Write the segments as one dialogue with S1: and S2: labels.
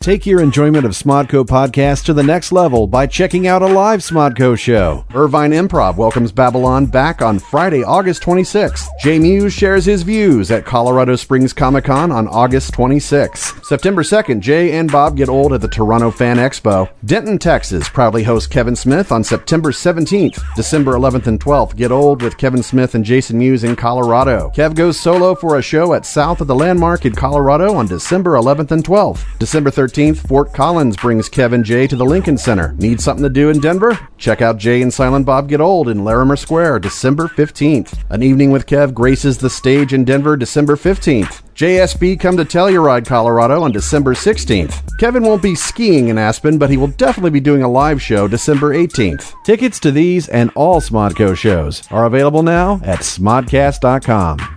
S1: Take your enjoyment of Smodco podcasts to the next level by checking out a live Smodco show. Irvine Improv welcomes Babylon back on Friday, August 26th. Jay Muse shares his views at Colorado Springs Comic Con on August 26th. September 2nd, Jay and Bob get old at the Toronto Fan Expo. Denton, Texas proudly hosts Kevin Smith on September 17th. December 11th and 12th, get old with Kevin Smith and Jason Muse in Colorado. Kev goes solo for a show at South of the Landmark in Colorado on December 11th and 12th. December 13th, Fort Collins brings Kevin Jay to the Lincoln Center. Need something to do in Denver? Check out Jay and Silent Bob Get Old in Larimer Square, December 15th. An Evening with Kev graces the stage in Denver, December 15th. JSB come to Telluride, Colorado on December 16th. Kevin won't be skiing in Aspen, but he will definitely be doing a live show December 18th. Tickets to these and all Smodco shows are available now at smodcast.com.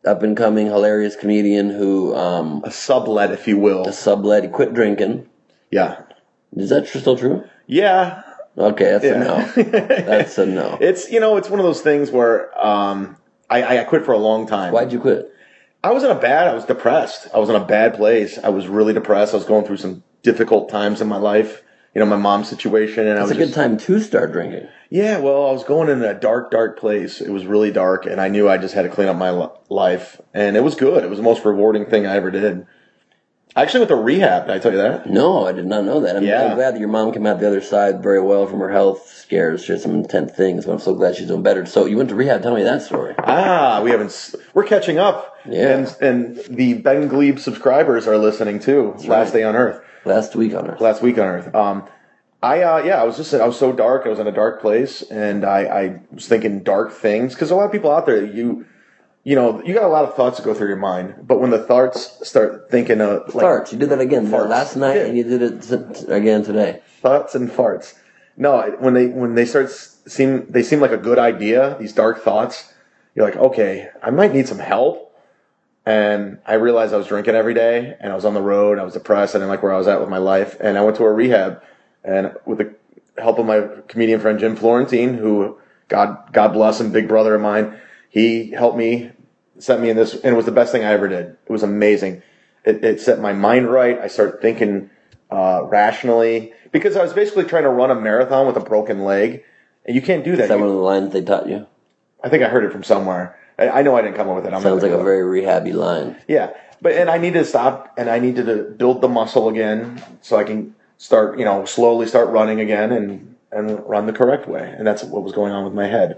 S2: up and coming hilarious comedian who um,
S3: a sublet, if you will.
S2: sublet, he quit drinking.
S3: Yeah.
S2: Is that tr- still true?
S3: Yeah.
S2: Okay, that's
S3: Yeah.
S2: a no. That's a no.
S3: It's you know, it's one of those things where um I, I quit for a long time.
S2: Why'd you quit?
S3: I was in a bad. I was depressed. I was in a bad place. I was really depressed. I was going through some difficult times in my life. You know, my mom's situation, and I
S2: It's
S3: was
S2: a good
S3: just-
S2: time to start drinking.
S3: Yeah, well, I was going in a dark, dark place. It was really dark, and I knew I just had to clean up my li- life. And it was good. It was the most rewarding thing I ever did. I actually went to rehab. Did I tell you that?
S2: No, I did not know that. I'm,
S3: Yeah.
S2: I'm glad that your mom came out the other side very well from her health scares. She had some intense things, but I'm so glad she's doing better. So you went to rehab. Tell me that story.
S3: Ah, we haven't. s- We're catching up.
S2: Yeah.
S3: And and the Ben Glebe subscribers are listening too. Last
S2: right.
S3: day on Earth.
S2: Last week on Earth.
S3: last week on Earth. Um, I uh, yeah, I was just I was so dark. I was in a dark place, and I, I was thinking dark things because a lot of people out there you you know you got a lot of thoughts that go through your mind, but when the thoughts start thinking of like
S2: Farts. You did that again
S3: Farts.
S2: last night,
S3: Yeah.
S2: and you did it t- t- again today.
S3: thoughts and farts, no, I- when they when they start s- seem they seem like a good idea. These dark thoughts, you're like, okay, I might need some help. And I realized I was drinking every day, and I was on the road. I was depressed. I didn't like where I was at with my life, and I went to a rehab. and with the help of my comedian friend Jim Florentine, who God God bless him, big brother of mine, he helped me, sent me in this, and it was the best thing I ever did. It was amazing. It, it set my mind right. I started thinking uh, rationally because I was basically trying to run a marathon with a broken leg, and you can't do that.
S2: Is that
S3: You-
S2: one of the lines they taught you?
S3: I think I heard it from somewhere. I, I know I didn't come up with it. I'm not
S2: Sounds like
S3: gonna
S2: a
S3: do it.
S2: very rehabby line.
S3: yeah. But and I needed to stop, and I needed to build the muscle again, so I can start, you know, slowly start running again and and run the correct way. And that's what was going on with my head.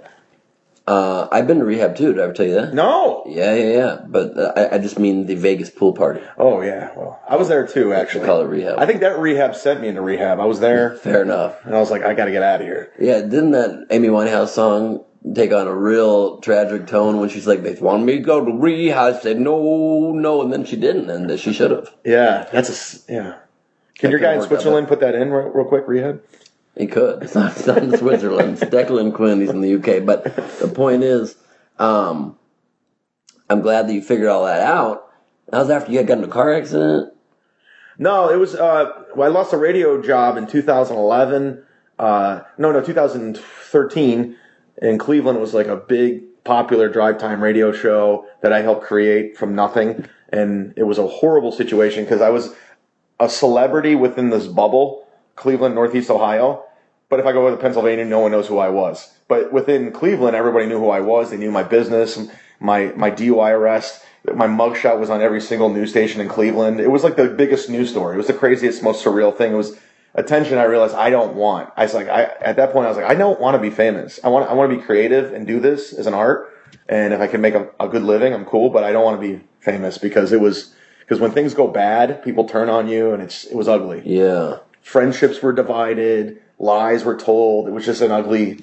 S2: Uh, I've been to rehab too. Did I ever tell you that?
S3: No.
S2: Yeah, yeah, yeah. But uh, I, I just mean the Vegas pool party.
S3: Oh yeah. Well, I was there too.
S2: They
S3: Actually,
S2: call it rehab.
S3: I think that rehab sent me into rehab. I was there,
S2: Fair enough.
S3: and I was like, I got to get out of here.
S2: Yeah, didn't that Amy Winehouse song take on a real tragic tone when she's like, "They want me to go to rehab"? I said no, no, and then she didn't, and that she should have.
S3: Yeah. That's a s- yeah. Can
S2: That
S3: your
S2: kinda
S3: guy in
S2: worked out
S3: Switzerland put that in real, real quick? Rehab.
S2: He could. It's not, it's not in Switzerland. It's Declan Quinn. He's in the UK. But the point is, um, I'm glad that you figured all that out. That was after you had got in a car accident.
S3: No, it was. Uh, well, I lost a radio job in 2011. Uh, no, no, 2013 in Cleveland. It was like a big popular drive time radio show that I helped create from nothing, and it was a horrible situation because I was a celebrity within this bubble, Cleveland, Northeast Ohio. But if I go over to Pennsylvania, no one knows who I was. But within Cleveland, everybody knew who I was. They knew my business, my my DUI arrest, my mugshot was on every single news station in Cleveland. It was like the biggest news story. It was the craziest, most surreal thing. It was attention I realized I don't want. I was like, I, at that point, I was like, I don't want to be famous. I want, I want to be creative and do this as an art. And if I can make a, a good living, I'm cool, but I don't want to be famous because it was, because when things go bad, people turn on you and it's, it was ugly.
S2: Yeah.
S3: Friendships were divided, lies were told. It was just an ugly,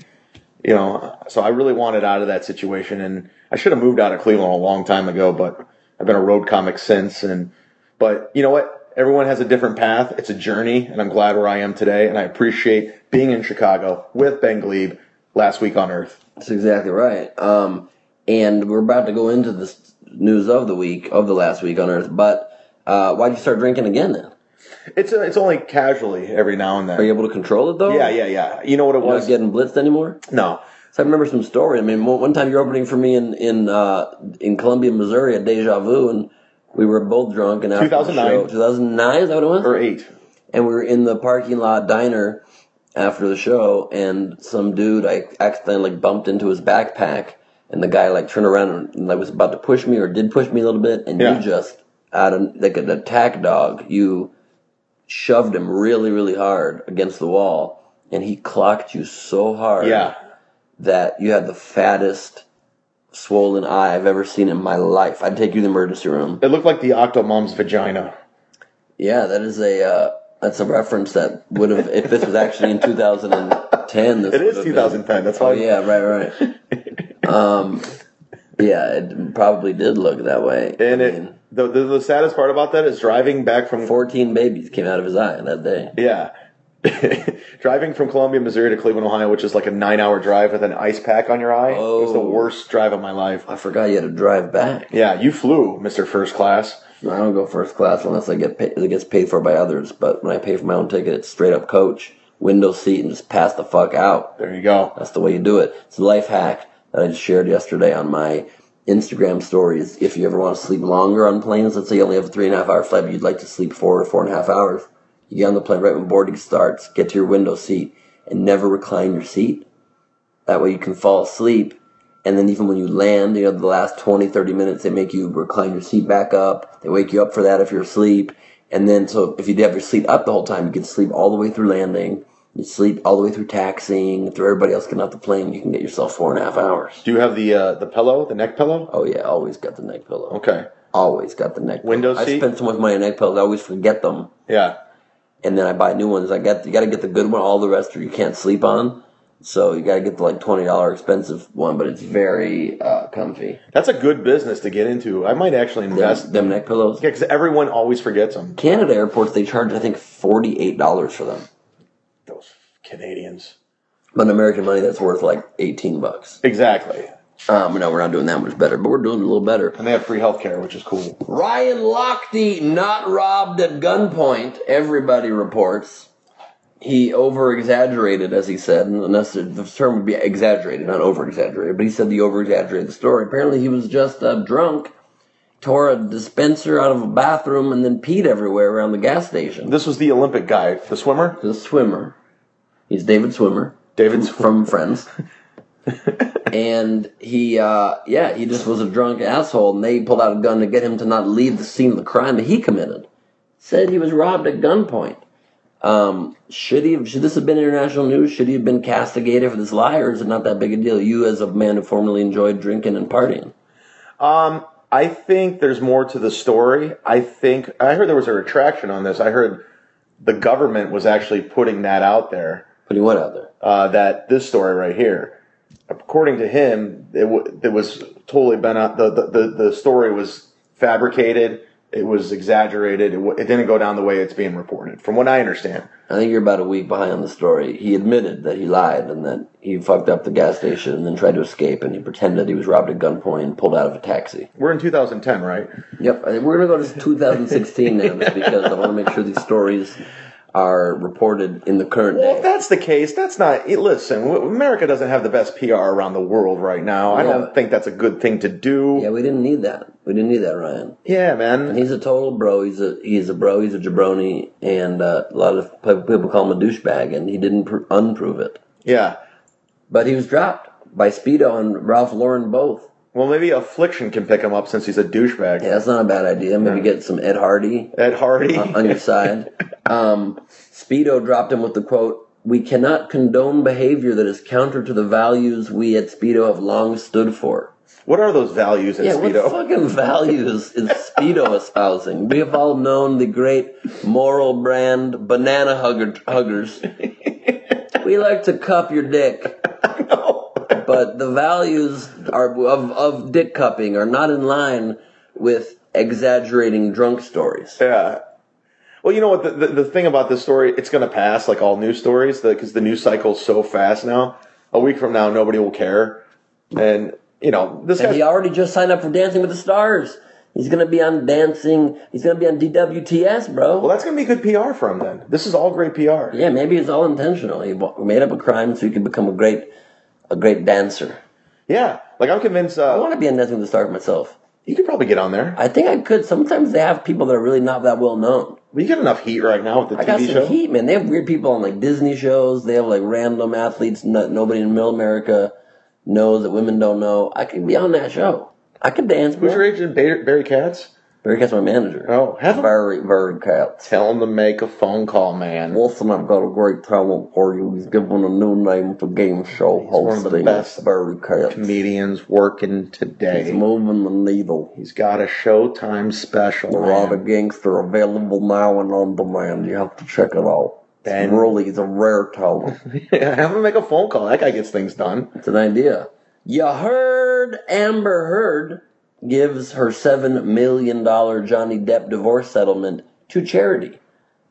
S3: you know, so I really wanted out of that situation. And I should have moved out of Cleveland a long time ago, but I've been a road comic since. And, but you know what? Everyone has a different path. It's a journey, and I'm glad where I am today. And I appreciate being in Chicago with Ben Glebe last week on Earth.
S2: That's exactly right. Um, and we're about to go into the s- news of the week, of the last week on Earth. But uh, why'd you start drinking again then?
S3: It's uh, it's only casually every now and then.
S2: Are you able to control it though?
S3: Yeah, yeah, yeah. You know what it
S2: You're
S3: was?
S2: not getting blitzed anymore?
S3: no,
S2: So I remember some story. I mean, one one time you're opening for me in in uh, in Columbia, Missouri at Deja Vu, and we were both drunk. And after
S3: 2009.
S2: the show, 2009 is that what it was?
S3: or eight.
S2: and we were in the parking lot diner after the show, and some dude I accidentally like, bumped into his backpack, and the guy like turned around and like was about to push me or did push me a little bit, and
S3: Yeah.
S2: you just out of like an attack dog, you shoved him really really hard against the wall, and he clocked you so hard
S3: Yeah,
S2: that you had the fattest swollen eye I've ever seen in my life. I'd take you to the emergency room.
S3: it looked like the Octomom's vagina.
S2: Yeah, that is a uh, that's a reference that would have if this was actually in 2010. This
S3: It
S2: would
S3: is
S2: have
S3: 2010. That's
S2: Been. Oh
S3: why.
S2: yeah, right, right. um, yeah, it probably did look that way.
S3: And
S2: I
S3: it
S2: mean,
S3: the, the the saddest part about that is driving back from
S2: 14 babies came out of his eye that day.
S3: Yeah. Driving from Columbia, Missouri to Cleveland, Ohio, which is like a nine hour drive with an ice pack on your eye. It was the
S2: Oh.
S3: worst drive of my life.
S2: I forgot you had to drive back.
S3: Yeah, you flew, Mr. First Class.
S2: I don't go first class unless I get paid, it gets paid for by others. But when I pay for my own ticket, it's straight up coach, window seat, and just pass the fuck out.
S3: There you go.
S2: That's the way you do it. It's a life hack that I just shared yesterday on my Instagram stories. If you ever want to sleep longer on planes, let's say you only have a three and a half hour flight, but you'd like to sleep four or four and a half hours, you get on the plane right when boarding starts, get to your window seat, and never recline your seat. That way you can fall asleep. And then even when you land, you know, the last 20, 30 minutes, they make you recline your seat back up. They wake you up for that if you're asleep. And then, so if you have your seat up the whole time, you can sleep all the way through landing. You sleep all the way through taxiing, through everybody else getting off the plane. You can get yourself four and a half hours.
S3: Do you have the uh, the pillow, the neck pillow?
S2: Oh yeah, always got the neck pillow.
S3: Okay.
S2: Always got the neck.
S3: Window
S2: pillow.
S3: seat?
S2: I spend so much money on neck pillows, I always forget them,
S3: Yeah.
S2: and then I buy new ones. I got you got to get the good one. All the rest are you can't sleep on, so you got to get the like twenty dollar expensive one, but it's very uh, comfy.
S3: That's a good business to get into. I might actually invest.
S2: Them, them neck pillows.
S3: Yeah, because everyone always forgets them.
S2: Canada airports they charge I think forty eight dollars for them,
S3: Those Canadians.
S2: but in American money that's worth like eighteen bucks.
S3: Exactly.
S2: Um, no, we're not doing that much better, but we're doing a little better.
S3: And they have free healthcare, which is cool.
S2: Ryan Lochte not robbed at gunpoint. Everybody reports he over exaggerated, as he said, and unless the- the term would be exaggerated, not over exaggerated, but he said the over exaggerated story. Apparently, he was just uh, drunk, tore a dispenser out of a bathroom, and then peed everywhere around the gas station.
S3: This was the Olympic guy, the swimmer.
S2: the swimmer. He's David Swimmer.
S3: David
S2: From- from Friends. and he, uh, yeah, he just was a drunk asshole, and they pulled out a gun to get him to not leave the scene of the crime that he committed. Said he was robbed at gunpoint. Um, should he? have- Should this have been international news? Should he have been castigated for this lie, or is it not that big a deal? You, as a man who formerly enjoyed drinking and partying,
S3: Um, I think there's more to the story. I think I heard there was a retraction on this. I heard the government was actually putting that out there.
S2: putting what out there?
S3: Uh, that this story right here, according to him, it, w- it was totally been out. The, the the the story was fabricated. It was exaggerated. It, w- it didn't go down the way it's being reported, from what I understand.
S2: I think you're about a week behind on the story. He admitted that he lied and that he fucked up the gas station and then tried to escape and he pretended he was robbed at gunpoint and pulled out of a taxi.
S3: We're in 2010, right?
S2: Yep, I think we're going to go to 2016 now just because I want to make sure these stories are reported in the current
S3: Well, if
S2: day.
S3: that's the case, that's not. eh, Listen, w- America doesn't have the best PR around the world right now. I
S2: Yeah.
S3: don't think that's a good thing to do.
S2: Yeah, we didn't need that. We didn't need that, Ryan.
S3: Yeah, man.
S2: And he's a total bro. He's a he's a bro. He's a jabroni, and uh, a lot of pe- people call him a douchebag, and he didn't pr- unprove it.
S3: Yeah.
S2: But he was dropped by Speedo and Ralph Lauren both.
S3: Well, maybe Affliction can pick him up since he's a douchebag.
S2: Yeah, that's not a bad idea. Maybe get some Ed Hardy. Uh,
S3: Ed Hardy
S2: on, on your side. Um, Speedo dropped him with the quote: "We cannot condone behavior that is counter to the values we at Speedo have long stood for."
S3: What are those values at
S2: yeah,
S3: Speedo?
S2: what fucking values is Speedo espousing? We have all known the great moral brand Banana hugger, Huggers. We like to cup your dick. But the values are, of, of dick cupping are not in line with exaggerating drunk stories.
S3: Yeah. Well, you know what? The, the, the thing about this story, it's going to pass like all news stories because the, news cycle's so fast now. A week from now, nobody will care. And, you know, this
S2: And
S3: guy.
S2: he already just signed up for Dancing with the Stars. He's going to be on Dancing. He's going to be on DWTS, bro.
S3: Well, that's going to be good PR for him then. This is all great PR.
S2: Yeah, maybe it's all intentional. He wa- made up a crime so he could become a great, a great dancer.
S3: Yeah. Like, I'm convinced. Uh,
S2: I want to be on Dancing with the Stars myself.
S3: You could probably get on there.
S2: I think I could. Sometimes they have people that are really not that well known.
S3: But you got enough heat right now with the
S2: I got
S3: TV
S2: some
S3: show.
S2: heat, man. They have weird people on like Disney shows. They have like random athletes. Not, nobody in middle America knows that women don't know. I could be on that show. I could dance.
S3: Who's your
S2: bro.
S3: agent, Barry, Barry Katz?
S2: Barry Cat's my manager.
S3: Oh, have him.
S2: Barry Barry Cat.
S3: Tell him to make a phone call, man.
S2: Wilson, I've got a great talent for you. He's given a new name for game show He's
S3: one of the
S2: hosting.
S3: best
S2: Barry Cat.
S3: Comedians working
S2: He's
S3: today.
S2: moving the needle.
S3: He's got a Showtime special.
S2: The Rod
S3: man.
S2: of Gangster available now and on demand. You have to check it out. It's
S3: Ben.
S2: really, it's a rare talent.
S3: Yeah, have him make a phone call. That guy gets things done.
S2: It's an idea. You heard Amber Heard gives her $7 million Johnny Depp divorce settlement to charity.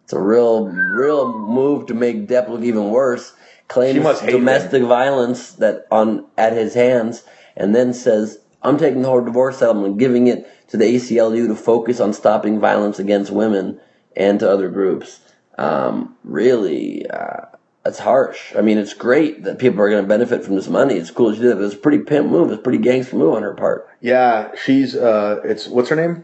S2: It's a real, real move to make Depp look even worse. Claims
S3: She must hate
S2: domestic violence that on at his hands, and then says, "I'm taking the whole divorce settlement, giving it to the ACLU to focus on stopping violence against women and to other groups." Um, really, uh, that's harsh. I mean, it's great that people are going to benefit from this money. It's cool that she did it. but It's a pretty pimp move. It's a pretty gangster move on her part.
S3: Yeah, she's uh, it's what's her name?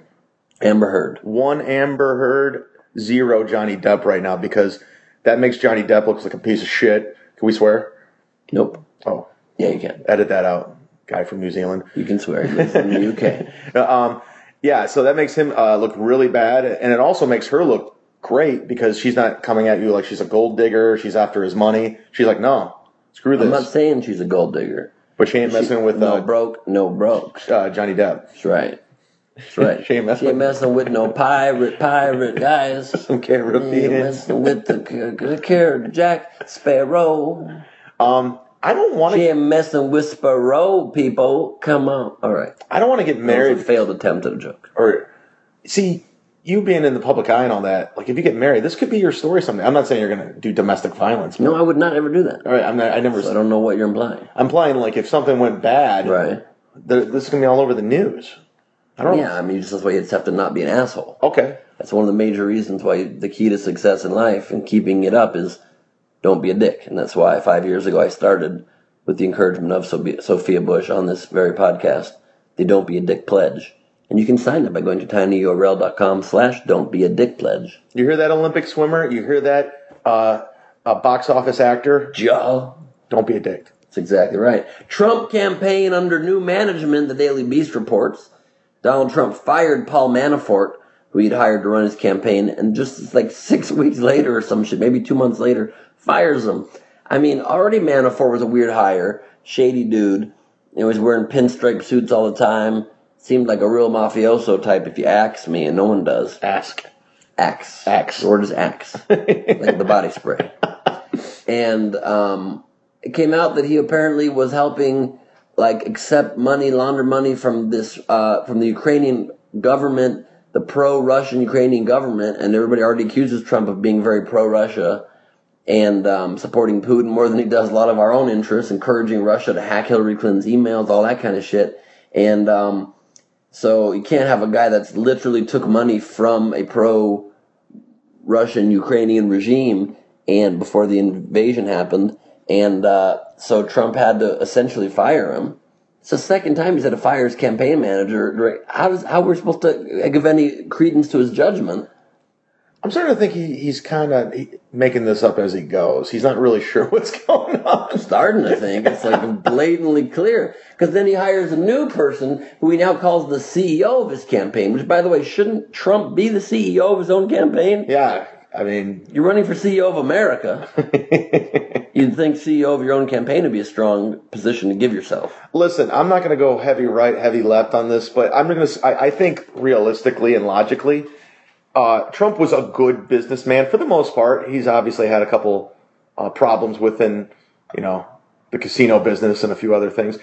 S2: Amber Heard.
S3: One Amber Heard, zero Johnny Depp right now because that makes Johnny Depp look like a piece of shit. Can we swear?
S2: Nope.
S3: Oh,
S2: Yeah, you can.
S3: edit that out. Guy from New Zealand.
S2: You can swear. He lives in the UK.
S3: Um, yeah, so that makes him uh, look really bad, and it also makes her look great because she's not coming at you like she's a gold digger. She's after his money. She's like, no, screw
S2: I'm not
S3: this.
S2: saying she's a gold digger.
S3: But she ain't messing with
S2: no
S3: uh,
S2: broke, no broke.
S3: uh, Johnny Depp.
S2: That's right. That's right.
S3: She ain't messing with-
S2: messing with no pirate, pirate guys.
S3: Okay,
S2: She
S3: repeat
S2: ain't
S3: it.
S2: messing with the, the carrot Jack Sparrow.
S3: Um, I don't want
S2: She
S3: to.
S2: ain't messing with Sparrow, people. Come on. All right.
S3: I don't want to get
S2: That was
S3: married
S2: a failed attempt at a joke.
S3: or see you being in the public eye and all that. Like, if you get married, this could be your story someday. I'm not saying you're gonna do domestic violence. but-
S2: No, I would not ever do that.
S3: all right, I'm not. I never.
S2: So I don't know what you're implying.
S3: I'm playing like if something went bad,
S2: Right.
S3: th- this is gonna be all over the news. I don't.
S2: Yeah, I mean, just that's why you just have to not be an asshole.
S3: Okay.
S2: That's one of the major reasons why the key to success in life and keeping it up is don't be a dick. And that's why five years ago I started with the encouragement of Sobe- Sophia Bush on this very podcast, the Don't Be a Dick Pledge. And you can sign up by going to tinyurl.com slash don't be a dick pledge.
S3: You hear that Olympic swimmer? You hear that uh, a box office actor?
S2: Joe.
S3: Don't be a dick.
S2: That's exactly right. Trump campaign under new management, the Daily Beast reports. Donald Trump fired Paul Manafort, who he'd hired to run his campaign, and just like six weeks later or some shit, maybe two months later, fires him. I mean, already Manafort was a weird hire, shady dude. He was wearing pinstripe suits all the time. Seemed like a real mafioso type if you ax me, and no one does.
S3: Ask.
S2: Axe.
S3: Axe.
S2: The word is axe. like the body spray. And um, it came out that he apparently was helping, like, accept money, launder money from this, uh, from the Ukrainian government, the pro-Russian Ukrainian government, and everybody already accuses Trump of being very pro-Russia and um, supporting Putin more than he does a lot of our own interests, encouraging Russia to hack Hillary Clinton's emails, all that kind of shit. And um, so you can't have a guy that's literally took money from a pro Russian Ukrainian regime and before the invasion happened. And uh, so Trump had to essentially fire him. It's the second time he's had to fire his campaign manager. How does how we're supposed to give any credence to his judgment?
S3: I'm starting to think he, he's kind of making this up as he goes. He's not really sure what's going on.
S2: Starting, I think it's like blatantly clear because then he hires a new person who he now calls the CEO of his campaign. Which, by the way, shouldn't Trump be the CEO of his own campaign?
S3: Yeah, I mean,
S2: You're running for CEO of America. You'd think CEO of your own campaign would be a strong position to give yourself.
S3: listen, I'm not going to go heavy right, heavy left on this, but I'm going to. I I think realistically and logically, uh, Trump was a good businessman for the most part. He's obviously had a couple uh, problems within, you know, the casino business and a few other things.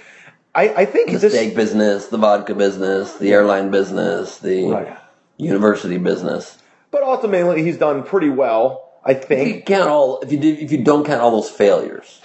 S3: I, I think
S2: The
S3: this
S2: steak business, the vodka business, the airline business, the
S3: Right.
S2: university business.
S3: But ultimately, he's done pretty well, I
S2: If you
S3: think.
S2: count all, if you did, if you don't count all those failures,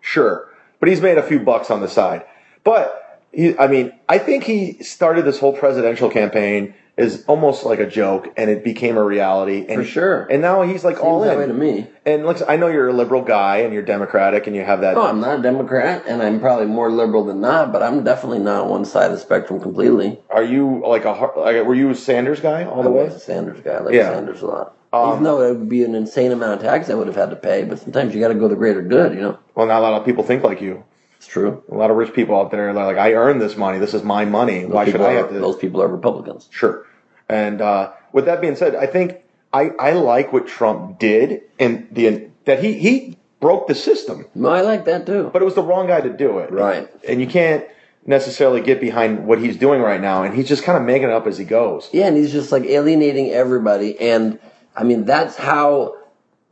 S3: Sure, but he's made a few bucks on the side. But he, I mean, I think he started this whole presidential campaign is almost like a joke, and it became a reality. And,
S2: For sure.
S3: And now he's like all
S2: seems that way
S3: in.
S2: to me.
S3: And look, I know you're a liberal guy, and you're Democratic, and you have that.
S2: No, Oh, I'm not a Democrat, and I'm probably more liberal than not, but I'm definitely not on one side of the spectrum completely.
S3: Are you like a har- like, were you a Sanders guy all
S2: I
S3: the way?
S2: was a Sanders guy. I like
S3: Yeah.
S2: Sanders a lot.
S3: Um,
S2: Even though it would be an insane amount of tax I would have had to pay, but sometimes you got to go the greater good, you know?
S3: Well, not a lot of people think like you.
S2: It's true.
S3: A lot of rich people out there are like, I earned this money. This is my money. Why should
S2: people
S3: I
S2: are-
S3: have to?
S2: Those people are Republicans.
S3: Sure. And uh, with that being said, I think I, I like what Trump did and the that he he broke the system,
S2: No, I like that too.
S3: but it was the wrong guy to do it.
S2: Right.
S3: And you can't necessarily get behind what he's doing right now, and he's just kind of making it up as he goes.
S2: Yeah, and he's just like alienating everybody. And I mean, that's how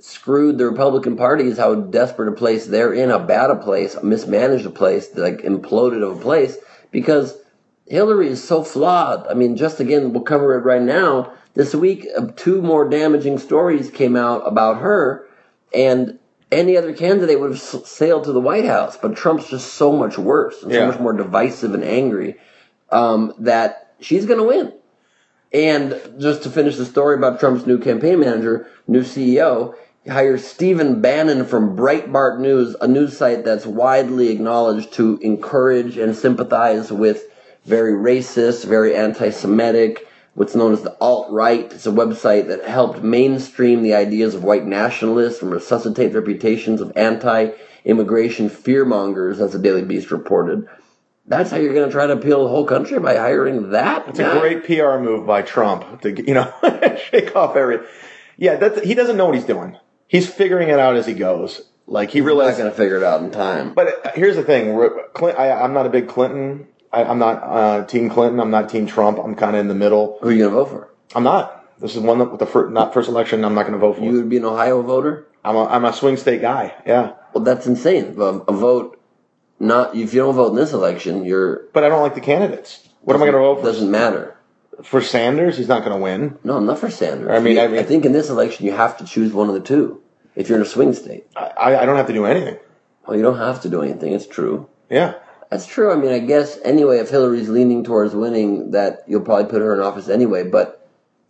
S2: screwed the Republican Party is, how desperate a place they're in, how bad a place, a mismanaged a place, like imploded of a place, because Hillary is so flawed. I mean, just again, we'll cover it right now. This week, uh, two more damaging stories came out about her, and any other candidate would have s- sailed to the White House, but Trump's just so much worse and
S3: Yeah.
S2: so much more divisive and angry um, that she's going to win. And just to finish the story about Trump's new campaign manager, new CEO, hires Stephen Bannon from Breitbart News, a news site that's widely acknowledged to encourage and sympathize with very racist, very anti-Semitic, what's known as the alt-right. It's a website that helped mainstream the ideas of white nationalists and resuscitate reputations of anti-immigration fearmongers, as the Daily Beast reported. That's how you're going to try to appeal the whole country by hiring that?
S3: It's a great PR move by Trump to you know shake off every. Yeah, that's, he doesn't know what he's doing. He's figuring it out as he goes. Like he
S2: We're
S3: realizes
S2: not going to figure it out in time.
S3: But uh, here's the thing, we're- Clint, I, I'm not a big Clinton. I, I'm not uh, Team Clinton. I'm not Team Trump. I'm kind of in the middle.
S2: Who are you going to vote for?
S3: I'm not. This is one that the fir- not first election. I'm not going to vote for.
S2: You would be an Ohio voter?
S3: I'm a, I'm a swing state guy. Yeah,
S2: Well, that's insane. A, a vote, not if you don't vote in this election, you're.
S3: but I don't like the candidates. What am I going to vote for?
S2: Doesn't matter.
S3: For Sanders, he's not going to win.
S2: No, not for Sanders.
S3: I mean,
S2: You-
S3: I mean-
S2: think in this election you have to choose one of the two. If you're in a swing state,
S3: I, I- I don't have to do anything.
S2: well, you don't have to do anything. It's true.
S3: Yeah,
S2: That's true. I mean, I guess anyway, if Hillary's leaning towards winning, that you'll probably put her in office anyway. But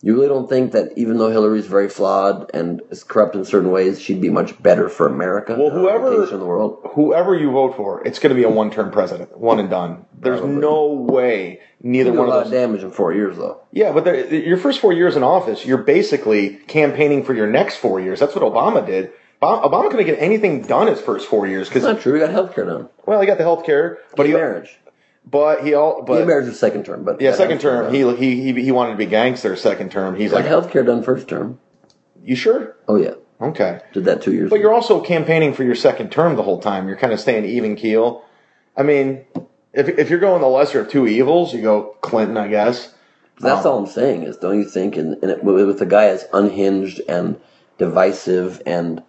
S2: you really don't think that even though Hillary's very flawed and is corrupt in certain ways, she'd be much better for America.
S3: Well,
S2: and our
S3: whoever-
S2: reputation in the world,
S3: whoever you vote for, it's going to be a one term president, one and done. There's no way neither
S2: you do a
S3: one
S2: lot
S3: of
S2: of
S3: those.
S2: damage in four years, though.
S3: Yeah, but there- your first four years in office, you're basically campaigning for your next four years. That's what Obama did. Ob- Obama couldn't get anything done his first four years
S2: It's
S3: because
S2: not true. We got healthcare done.
S3: well, he got the health care, but
S2: Gay
S3: he
S2: marriage.
S3: but he all
S2: Gay
S3: but
S2: marriage was second term, but
S3: yeah, second term he he he he wanted to be gangster. Second term, he's like,
S2: got healthcare done first term.
S3: you sure?
S2: Oh yeah,
S3: Okay,
S2: did that two years.
S3: but
S2: ago.
S3: you're also campaigning for your second term the whole time. You're kind of staying even keel. I mean, if if you're going the lesser of two evils, you go Clinton, I guess.
S2: That's all I'm saying is, don't you think? And, and it, with a guy as unhinged and divisive and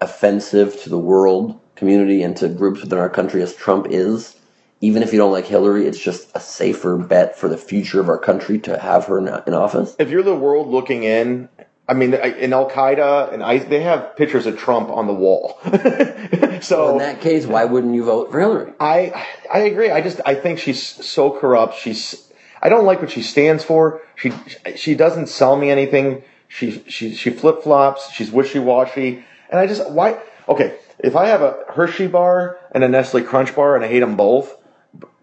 S2: offensive to the world community and to groups within our country as Trump is, even if you don't like Hillary, it's just a safer bet for the future of our country to have her in, in office.
S3: if you're the world looking in, I mean, I- in Al Qaeda and I, they have pictures of Trump on the wall.
S2: In
S3: so
S2: that case, why wouldn't you vote for Hillary?
S3: I, I agree. I just, I think she's so corrupt. She's, I don't like what she stands for. She, she doesn't sell me anything. She, she, she flip flops. She's wishy washy. And I just, why? Okay. If I have a Hershey bar and a Nestle Crunch bar and I hate them both,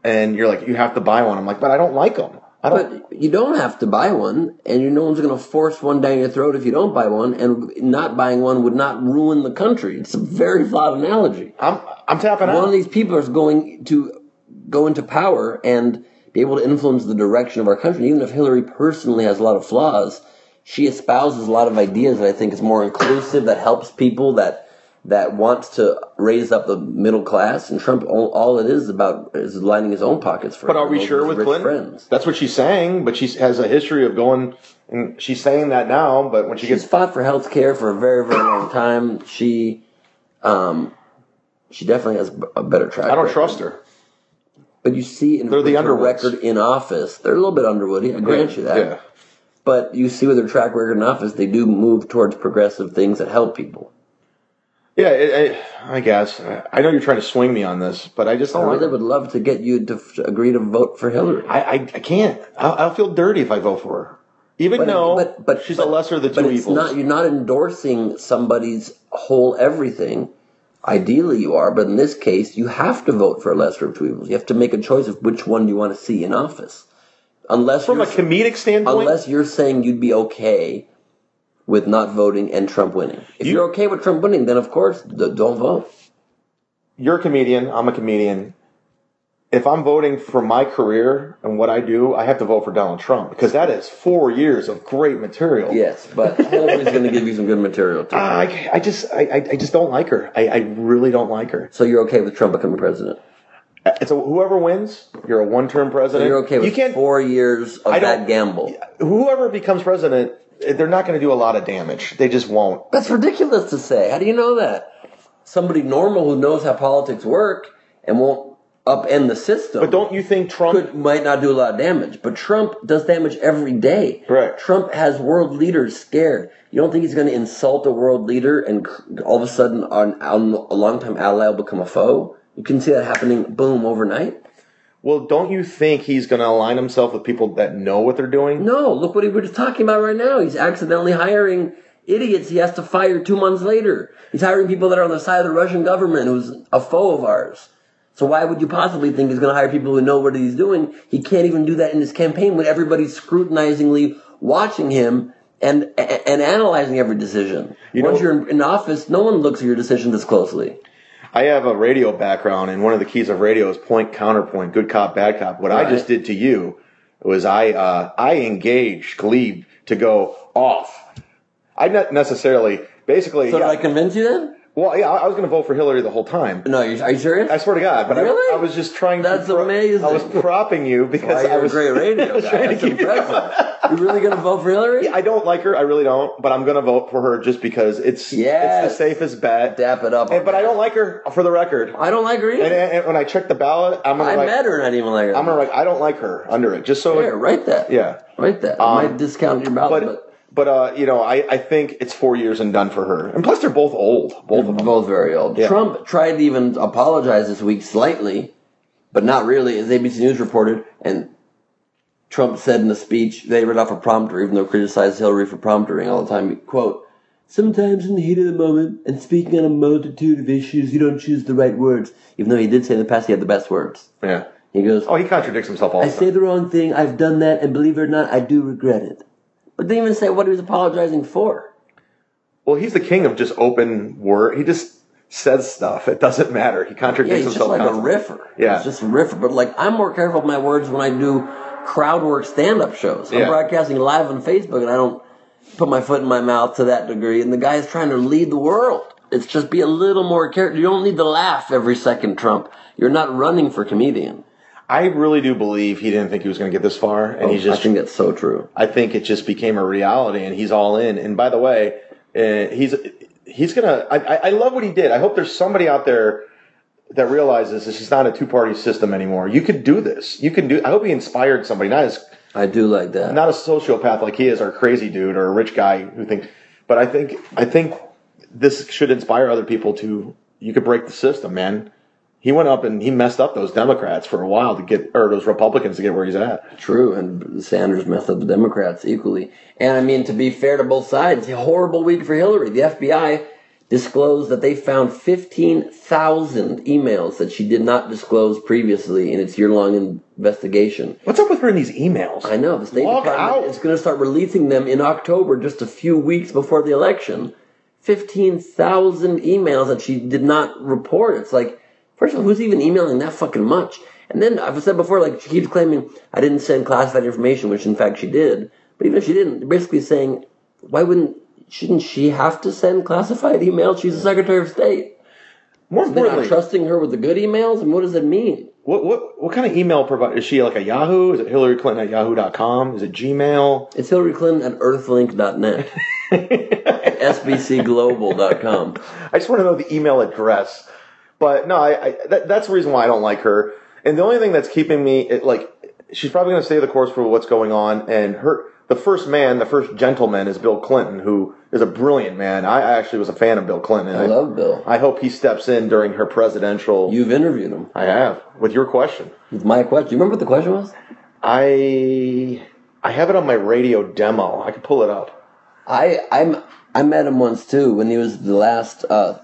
S3: and you're like, you have to buy one. I'm like, but I don't like them. I don't.
S2: But you don't have to buy one, and you, no one's going to force one down your throat if you don't buy one. And not buying one would not ruin the country. It's a very flawed analogy.
S3: I'm I'm tapping
S2: One of
S3: out.
S2: these people is going to go into power and be able to influence the direction of our country. Even if Hillary personally has a lot of flaws, she espouses a lot of ideas that I think is more inclusive, that helps people, that that wants to raise up the middle class. And Trump, all, all it is about is lining his own pockets for.
S3: But are we
S2: those
S3: sure with
S2: rich
S3: Clinton?
S2: Friends.
S3: That's what she's saying, but she has a history of going, and she's saying that now. But when she
S2: She's
S3: gets,
S2: fought for health care for a very, very long time. She, um, she definitely has a better track.
S3: I don't
S2: record.
S3: trust her.
S2: But you see, in
S3: They're the
S2: with her
S3: Underwoods.
S2: record in office, they're a little bit Underwoody. I grant you that.
S3: Yeah.
S2: But you see with their track record in office, they do move towards progressive things that help people.
S3: Yeah, it, it, I guess. I I know you're trying to swing me on this, but I just
S2: Oh, I
S3: don't like
S2: really would love to get you to f- agree to vote for Hillary.
S3: I, I, I can't. I'll, I'll feel dirty if I vote for her. Even
S2: But-
S3: though
S2: but- but-
S3: she's
S2: but-
S3: a lesser of the two
S2: But it's
S3: evils.
S2: not, you're not endorsing somebody's whole everything. Ideally, you are, but in this case, you have to vote for a lesser of two evils. You have to make a choice of which one you want to see in office. Unless
S3: From a
S2: you're,
S3: comedic standpoint,
S2: unless you're saying you'd be okay with not voting and Trump winning. If
S3: You-
S2: you, are okay with Trump winning, then of course, d- don't vote.
S3: you're a comedian, I'm a comedian. If I'm voting for my career and what I do, I have to vote for Donald Trump because that is four years of great material.
S2: Yes, but Hillary's going to give you some good material too.
S3: I, I- I just I, I I just don't like her. I, I really don't like her.
S2: So you're okay with Trump becoming president?
S3: Uh, It's a, whoever wins, you're a one-term
S2: So
S3: president.
S2: you're okay with
S3: you can't
S2: four years of
S3: I don't-
S2: that gamble?
S3: whoever becomes president, they're not going to do a lot of damage. They just won't.
S2: That's ridiculous to say. How do you know that? Somebody normal who knows how politics work and won't upend the system
S3: But don't you think Trump?
S2: could, might not do a lot of damage. But Trump does damage every day.
S3: Right.
S2: Trump has world leaders scared. You don't think he's going to insult a world leader and cr- all of a sudden on, on a longtime ally will become a foe? You can see that happening, boom, overnight.
S3: Well, don't you think he's going to align himself with people that know what they're doing?
S2: No, look what he was talking about right now. He's accidentally hiring idiots he has to fire two months later. He's hiring people that are on the side of the Russian government who's a foe of ours. So why would you possibly think he's going to hire people who know what he's doing? He can't even do that in his campaign when everybody's scrutinizingly watching him and and analyzing every decision.
S3: You
S2: Once
S3: know-
S2: you're in- in office, no one looks at your decision this closely.
S3: I have a radio background, and one of the keys of radio is point counterpoint, good cop, bad cop. What I
S2: Right.
S3: just did to you was I uh, I engaged Glebe to go off. I not necessarily, basically.
S2: So
S3: yeah,
S2: did I convince you then?
S3: well, yeah, I I was going to vote for Hillary the whole time.
S2: No, you are you serious?
S3: I swear to God, but I-
S2: Really?
S3: I, was just trying.
S2: That's
S3: to pro-
S2: amazing.
S3: I was propping you because
S2: Why, you're
S3: I was
S2: a great radio guy.
S3: trying to
S2: That's
S3: keep you
S2: impressive. You're really going to vote for Hillary?
S3: I don't like her. I really don't. But I'm going to vote for her just because it's it's
S2: Yes.
S3: the safest bet.
S2: Dap it up.
S3: And- but I don't like her for the record.
S2: I don't like her either.
S3: And, and, and when I check the ballot, I'm gonna
S2: I
S3: write,
S2: met her and I didn't even like her.
S3: I'm gonna write. I don't like her under it. Just so.
S2: Here, write that.
S3: Yeah.
S2: Write that.
S3: Um,
S2: I might discount your ballot, but,
S3: But but uh, you know, I I think it's four years and done for her. And plus, they're both old. Both of them.
S2: both very old.
S3: Yeah.
S2: Trump tried to even apologize this week slightly, but not really, as ABC News reported. And Trump said in a speech, they read off a prompter, even though criticized Hillary for promptering all the time. Quote, Sometimes in the heat of the moment and speaking on a multitude of issues, you don't choose the right words. Even though he did say in the past he had the best words.
S3: Yeah.
S2: He goes,
S3: Oh, he contradicts himself all
S2: I
S3: the time.
S2: say the wrong thing. I've done that, and believe it or not, I do regret it. But they even say what he was apologizing for.
S3: Well, he's the king of just open word. He just says stuff. It doesn't matter. He
S2: Yeah,
S3: contradicts
S2: he's just
S3: himself.
S2: like
S3: constantly.
S2: a riffer.
S3: Yeah.
S2: he's just a riffer. But like, I'm more careful with my words when I do crowd work stand-up shows. I'm
S3: Yeah.
S2: broadcasting live on Facebook, and I don't put my foot in my mouth to that degree. And the guy is trying to lead the world. It's just be a little more careful. You don't need to laugh every second, Trump. You're not running for comedian.
S3: I really do believe he didn't think he was going to get this far, and he's just
S2: Oh, I think that's so true.
S3: I think it just became a reality, and he's all in. And by the way, uh, he's he's gonna. I, I- I love what he did. I hope there's somebody out there that realizes this is not a two party system anymore. You can do this. You can do. I hope he inspired somebody, not as
S2: I do like that.
S3: not a sociopath like he is, or a crazy dude, or a rich guy who thinks. But I think I think this should inspire other people to. You could break the system, man. He went up and he messed up those Democrats for a while to get, or those Republicans to get where he's at.
S2: True, and Sanders messed up the Democrats equally. And I mean, to be fair to both sides, a horrible week for Hillary. The FBI disclosed that they found 15,000 emails that she did not disclose previously in its year long investigation.
S3: What's up with her in these emails?
S2: I know. The State
S3: Log
S2: Department is going to start releasing them in October, just a few weeks before the election. 15,000 emails that she did not report. It's like, first of all, who's even emailing that fucking much? And then I've said before, like, she keeps claiming, I didn't send classified information, which in fact she did. But even if she didn't, they're basically saying, why wouldn't, shouldn't she have to send classified emails? She's the Secretary of State.
S3: More
S2: So they're not
S3: importantly-
S2: trusting her with the good emails? And what does it mean?
S3: What what what kind of email provider is she like a Yahoo? Is it Hillary Clinton at Yahoo.com? Is it Gmail?
S2: It's Hillary Clinton at earthlink.net. SBCglobal.com.
S3: I just want to know the email address. But no, I, I that, that's the reason why I don't like her. And the only thing that's keeping me it, like she's probably going to stay the course for what's going on. And her the first man, the first gentleman is Bill Clinton, who is a brilliant man. I actually was a fan of Bill Clinton. and
S2: I love Bill.
S3: I hope he steps in during her presidential.
S2: You've interviewed him.
S3: I have with your question.
S2: With my question. You remember what the question was?
S3: I I have it on my radio demo. I can pull it up.
S2: I I'm I met him once too when he was the last uh,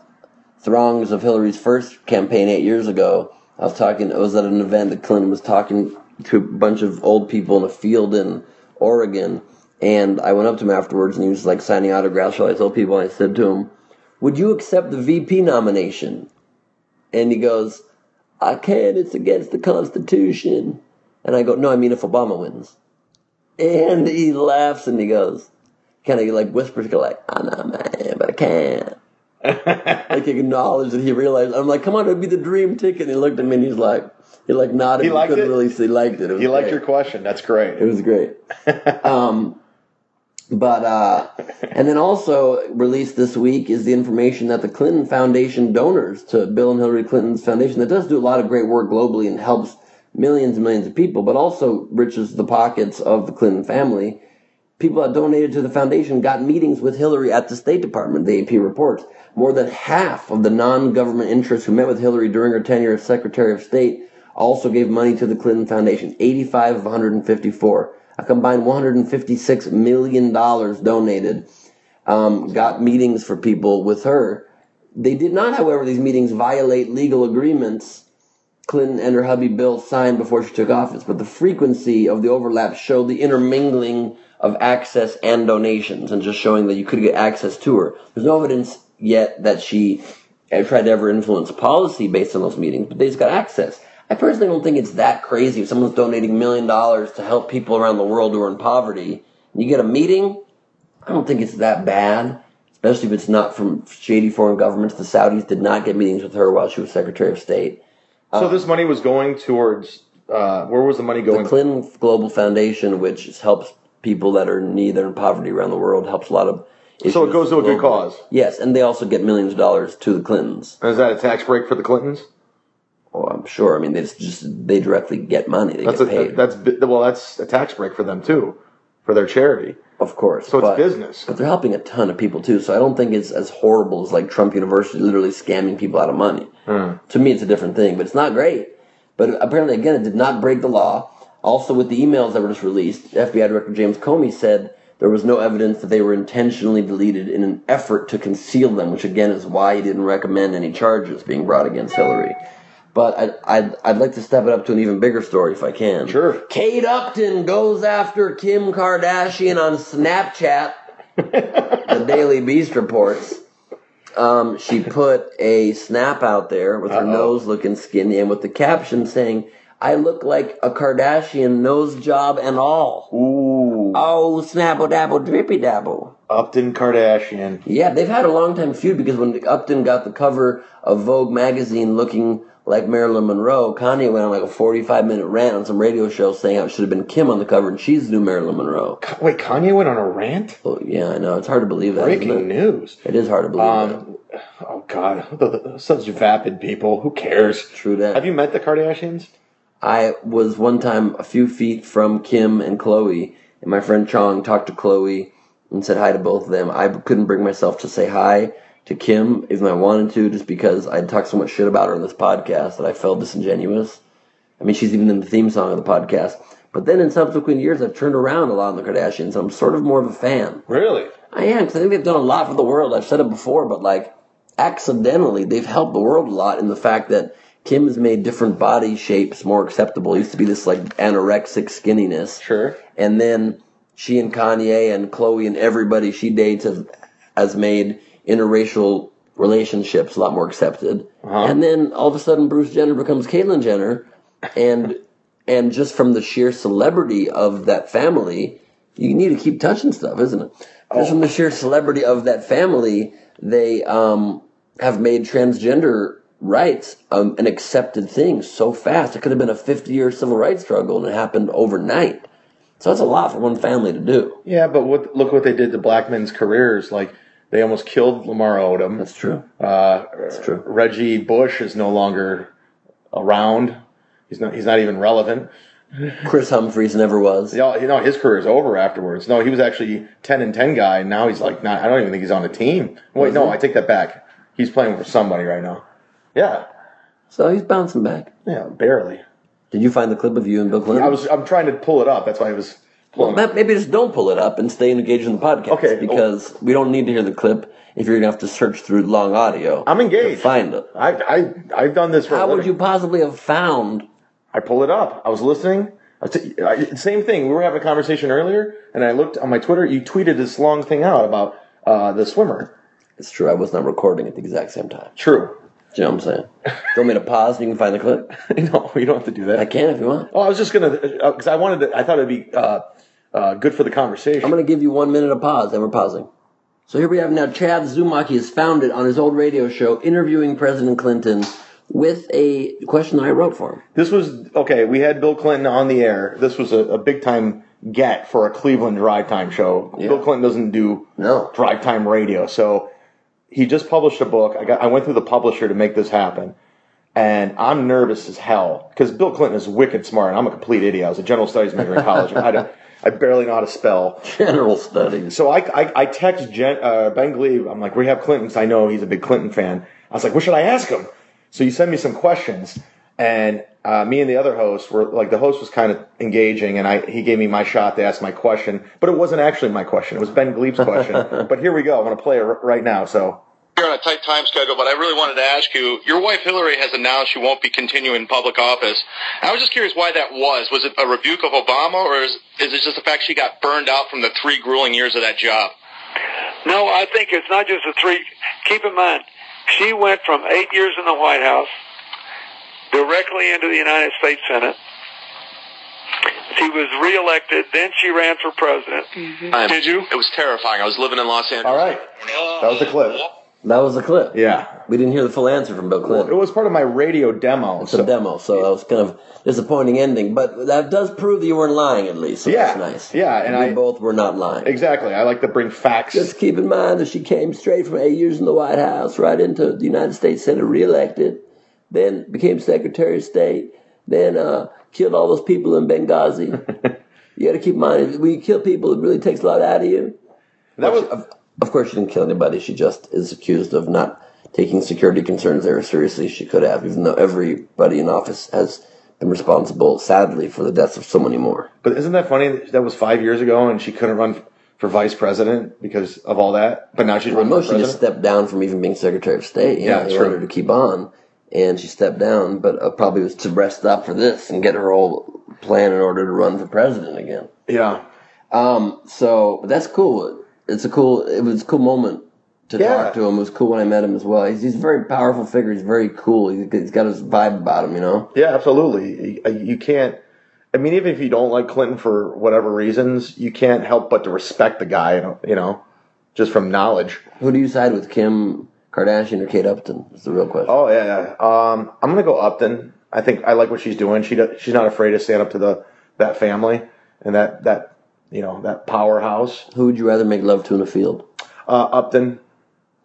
S2: throngs of Hillary's first campaign eight years ago. I was talking. I was at an event that Clinton was talking to a bunch of old people in a field in Oregon, and I went up to him afterwards, and he was like signing autographs for all these old people. And I said to him, "Would you accept the VP nomination?" And he goes, "I can't. It's against the Constitution." And I go, "No, I mean if Obama wins." And he laughs and he goes, kind of like whispers, kind of like, I know, man, but I can't. like he acknowledged that he realized. I'm like, come on, it'd be the dream ticket. And he looked at me and he's like, he like nodded.
S3: He
S2: but
S3: liked
S2: couldn't
S3: it?
S2: really see. Liked it. it was
S3: You liked
S2: great.
S3: your question. That's great.
S2: It was great. um, but uh, and then also released this week is the information that the Clinton Foundation donors to Bill and Hillary Clinton's foundation that does do a lot of great work globally and helps millions and millions of people, but also riches the pockets of the Clinton family. People that donated to the foundation got meetings with Hillary at the State Department, the AP reports. More than half of the non government interests who met with Hillary during her tenure as Secretary of State also gave money to the Clinton Foundation, 85 of 154. A combined $156 million donated, um, got meetings for people with her. They did not, however, these meetings violate legal agreements Clinton and her hubby Bill signed before she took office, but the frequency of the overlap showed the intermingling of access and donations and just showing that you could get access to her. There's no evidence yet that she uh, tried to ever influence policy based on those meetings, but they just got access. I personally don't think it's that crazy if someone's donating million dollars to help people around the world who are in poverty and you get a meeting, I don't think it's that bad, especially if it's not from shady foreign governments. The Saudis did not get meetings with her while she was Secretary of State.
S3: So this money was going towards uh, where was the money going?
S2: The Clinton Global Foundation, which is- helps people that are in need, that are in poverty around the world, helps a lot of.
S3: so it
S2: issues
S3: goes to a good
S2: globally.
S3: cause.
S2: Yes, and they also get millions of dollars to the Clintons.
S3: And is that a tax break for the Clintons?
S2: Oh, I'm sure. I mean, it's just they directly get money. They
S3: That's a,
S2: get paid.
S3: that's bi- well, that's a tax break for them too, for their charity.
S2: Of course.
S3: So it's
S2: but-
S3: business.
S2: But they're helping a ton of people too, so I don't think it's as horrible as like Trump University literally scamming people out of money.
S3: Hmm.
S2: To me, it's a different thing, but it's not great. But apparently, again, it did not break the law. Also, with the emails that were just released, FBI Director James Comey said there was no evidence that they were intentionally deleted in an effort to conceal them, which again is why he didn't recommend any charges being brought against Hillary. But I'd, I'd, I'd like to step it up to an even bigger story if I can. Sure. Kate Upton goes after Kim Kardashian on Snapchat. the Daily Beast reports. Um, she put a snap out there with her nose looking skinny and with the caption saying, I look like a Kardashian nose job and all.
S3: Ooh.
S2: Oh, snapple dabble, drippy dabble.
S3: Upton Kardashian.
S2: Yeah, they've had a long time feud because when Upton got the cover of Vogue magazine looking like Marilyn Monroe, Kanye went on like a 45 minute rant on some radio show saying how it should have been Kim on the cover and she's the new Marilyn Monroe.
S3: Wait, Kanye went on a rant.
S2: Well, yeah, I know. It's hard to believe that. isn't
S3: Breaking
S2: it?
S3: news.
S2: It is hard to believe that.
S3: Um, oh God, such vapid people. Who cares?
S2: True that.
S3: Have you met the Kardashians?
S2: I was one time a few feet from Kim and Chloe, and my friend Chong talked to Chloe and said hi to both of them. I couldn't bring myself to say hi to Kim even though I wanted to, just because I talked so much shit about her on this podcast that I felt disingenuous. I mean, she's even in the theme song of the podcast. But then in subsequent years, I've turned around a lot on the Kardashians. and I'm sort of more of a fan.
S3: Really?
S2: I am, because I think they've done a lot for the world. I've said it before, but like, accidentally they've helped the world a lot in the fact that Kim has made different body shapes more acceptable. It used to be this like anorexic skinniness.
S3: Sure.
S2: And then she and Kanye and Chloe and everybody she dates has, has made interracial relationships a lot more accepted.
S3: Uh-huh.
S2: And then all of a sudden Bruce Jenner becomes Caitlyn Jenner and and just from the sheer celebrity of that family, you need to keep touching stuff, isn't it? Just
S3: Oh.
S2: from the sheer celebrity of that family, they um, have made transgender rights um, an accepted thing so fast. It could have been a 50 year civil rights struggle and it happened overnight. So that's a lot for one family to do.
S3: Yeah, but what, look what they did to black men's careers. Like they almost killed Lamar Odom. That's
S2: true.
S3: Uh, That's
S2: true.
S3: Reggie Bush is no longer around. He's not. He's not even relevant.
S2: Chris Humphreys never was.
S3: Yeah, you know his career's over afterwards. No, he was actually ten and ten guy, and now he's like not. I don't even think he's on the team. Wait, no,
S2: Mhm.
S3: I take that back. He's playing for somebody right now. Yeah,
S2: So he's bouncing back.
S3: yeah, barely.
S2: Did you find the clip of you and Bill Clinton?
S3: I was. I'm trying to pull it up. That's why I was
S2: Well,
S3: pulling. it.
S2: ma- maybe just don't pull it up and stay engaged in the podcast.
S3: Okay.
S2: Because we don't need to hear the clip if you're going to have to search through long audio.
S3: I'm
S2: to
S3: engaged.
S2: find it.
S3: I, I, I've done this for. a
S2: How would
S3: living.
S2: you possibly have found?
S3: I pulled it up. I was listening. I t- I, same thing. We were having a conversation earlier, and I looked on my Twitter. You tweeted this long thing out about uh, the swimmer.
S2: It's true. I was not recording at the exact same time.
S3: True.
S2: Do you know what I'm saying? Do you want me to pause and you can find the clip?
S3: no, you don't have to do that.
S2: I can if you want.
S3: Oh, I was just gonna because I wanted. To, I thought it'd be uh, uh, good for the conversation.
S2: I'm going to give you one minute of pause, and we're pausing. So here we have now Chad Zumaki has found it on his old radio show interviewing President Clinton with a question that I wrote for him.
S3: This was okay. We had Bill Clinton on the air. This was a, a big time get for a Cleveland drive time show. Bill Clinton doesn't do
S2: No.
S3: drive time radio, so he just published a book. I got I went through the publisher to make this happen, and I'm nervous as hell because Bill Clinton is wicked smart, and I'm a complete idiot. I was a general studies major in college. I don't, I barely know how to spell.
S2: General studies.
S3: So I, I, I text Jen, uh, Ben Glebe. I'm like, we have Clintons. I know he's a big Clinton fan. I was like, what should I ask him? So you send me some questions, and uh, me and the other host were like, the host was kind of engaging, and I he gave me my shot to ask my question, but it wasn't actually my question. It was Ben Glebe's question. but here we go. I'm gonna play it r- right now. So
S4: You're on a tight time schedule, but I really wanted to ask you. Your wife Hillary has announced she won't be continuing public office. I was just curious why that was. Was it a rebuke of Obama, or is, is it just the fact she got burned out from the three grueling years of that job?
S5: No, I think it's not just the three. Keep in mind, she went from eight years in the White House directly into the United States Senate. She was reelected, then she ran for president.
S4: Did you? It was terrifying. I was living in Los Angeles.
S3: All right. that was the clip.
S2: That was the clip.
S3: Yeah.
S2: We didn't hear the full answer from Bill Clinton.
S3: It was part of my radio demo.
S2: It's a demo, so that was kind of disappointing ending. But that does prove that you weren't lying, at least. So
S3: Yeah.
S2: that's nice.
S3: Yeah, and
S2: we
S3: I-
S2: both were not lying.
S3: Exactly. I like to bring facts.
S2: Just keep in mind that she came straight from eight years in the White House, right into the United States Senate, reelected, then became Secretary of State, then uh, killed all those people in Benghazi. you got to keep in mind, when you kill people, it really takes a lot out of you.
S3: That was
S2: of, of course, she didn't kill anybody. She just is accused of not taking security concerns there as seriously as she could have, even though everybody in office has been responsible, sadly, for the deaths of so many more.
S3: But isn't that funny? That was five years ago, and she couldn't run for vice president because of all that. But now she's
S2: Well,
S3: running
S2: no,
S3: for
S2: she just
S3: president.
S2: stepped down from even being Secretary of State. You
S3: Yeah,
S2: know,
S3: that's
S2: they
S3: true.
S2: wanted her to keep on, and she stepped down, but uh, probably was to rest up for this and get her whole plan in order to run for president again.
S3: yeah,
S2: Um, so but that's cool. It's a cool. It was a cool moment to
S3: Yeah.
S2: talk to him. It was cool when I met him as well. He's, he's a very powerful figure. He's very cool. He's, he's got his vibe about him, you know.
S3: yeah, absolutely. You, you can't. I mean, even if you don't like Clinton for whatever reasons, you can't help but to respect the guy. you know- You know, just from knowledge.
S2: Who do you side with, Kim Kardashian or Kate Upton? Is the real question.
S3: Oh yeah, yeah. Um, I'm gonna go Upton. I think I like what she's doing. She do, she's not afraid to stand up to the that family and that that you know that powerhouse.
S2: Who would you rather make love to in a field?
S3: Uh, Upton.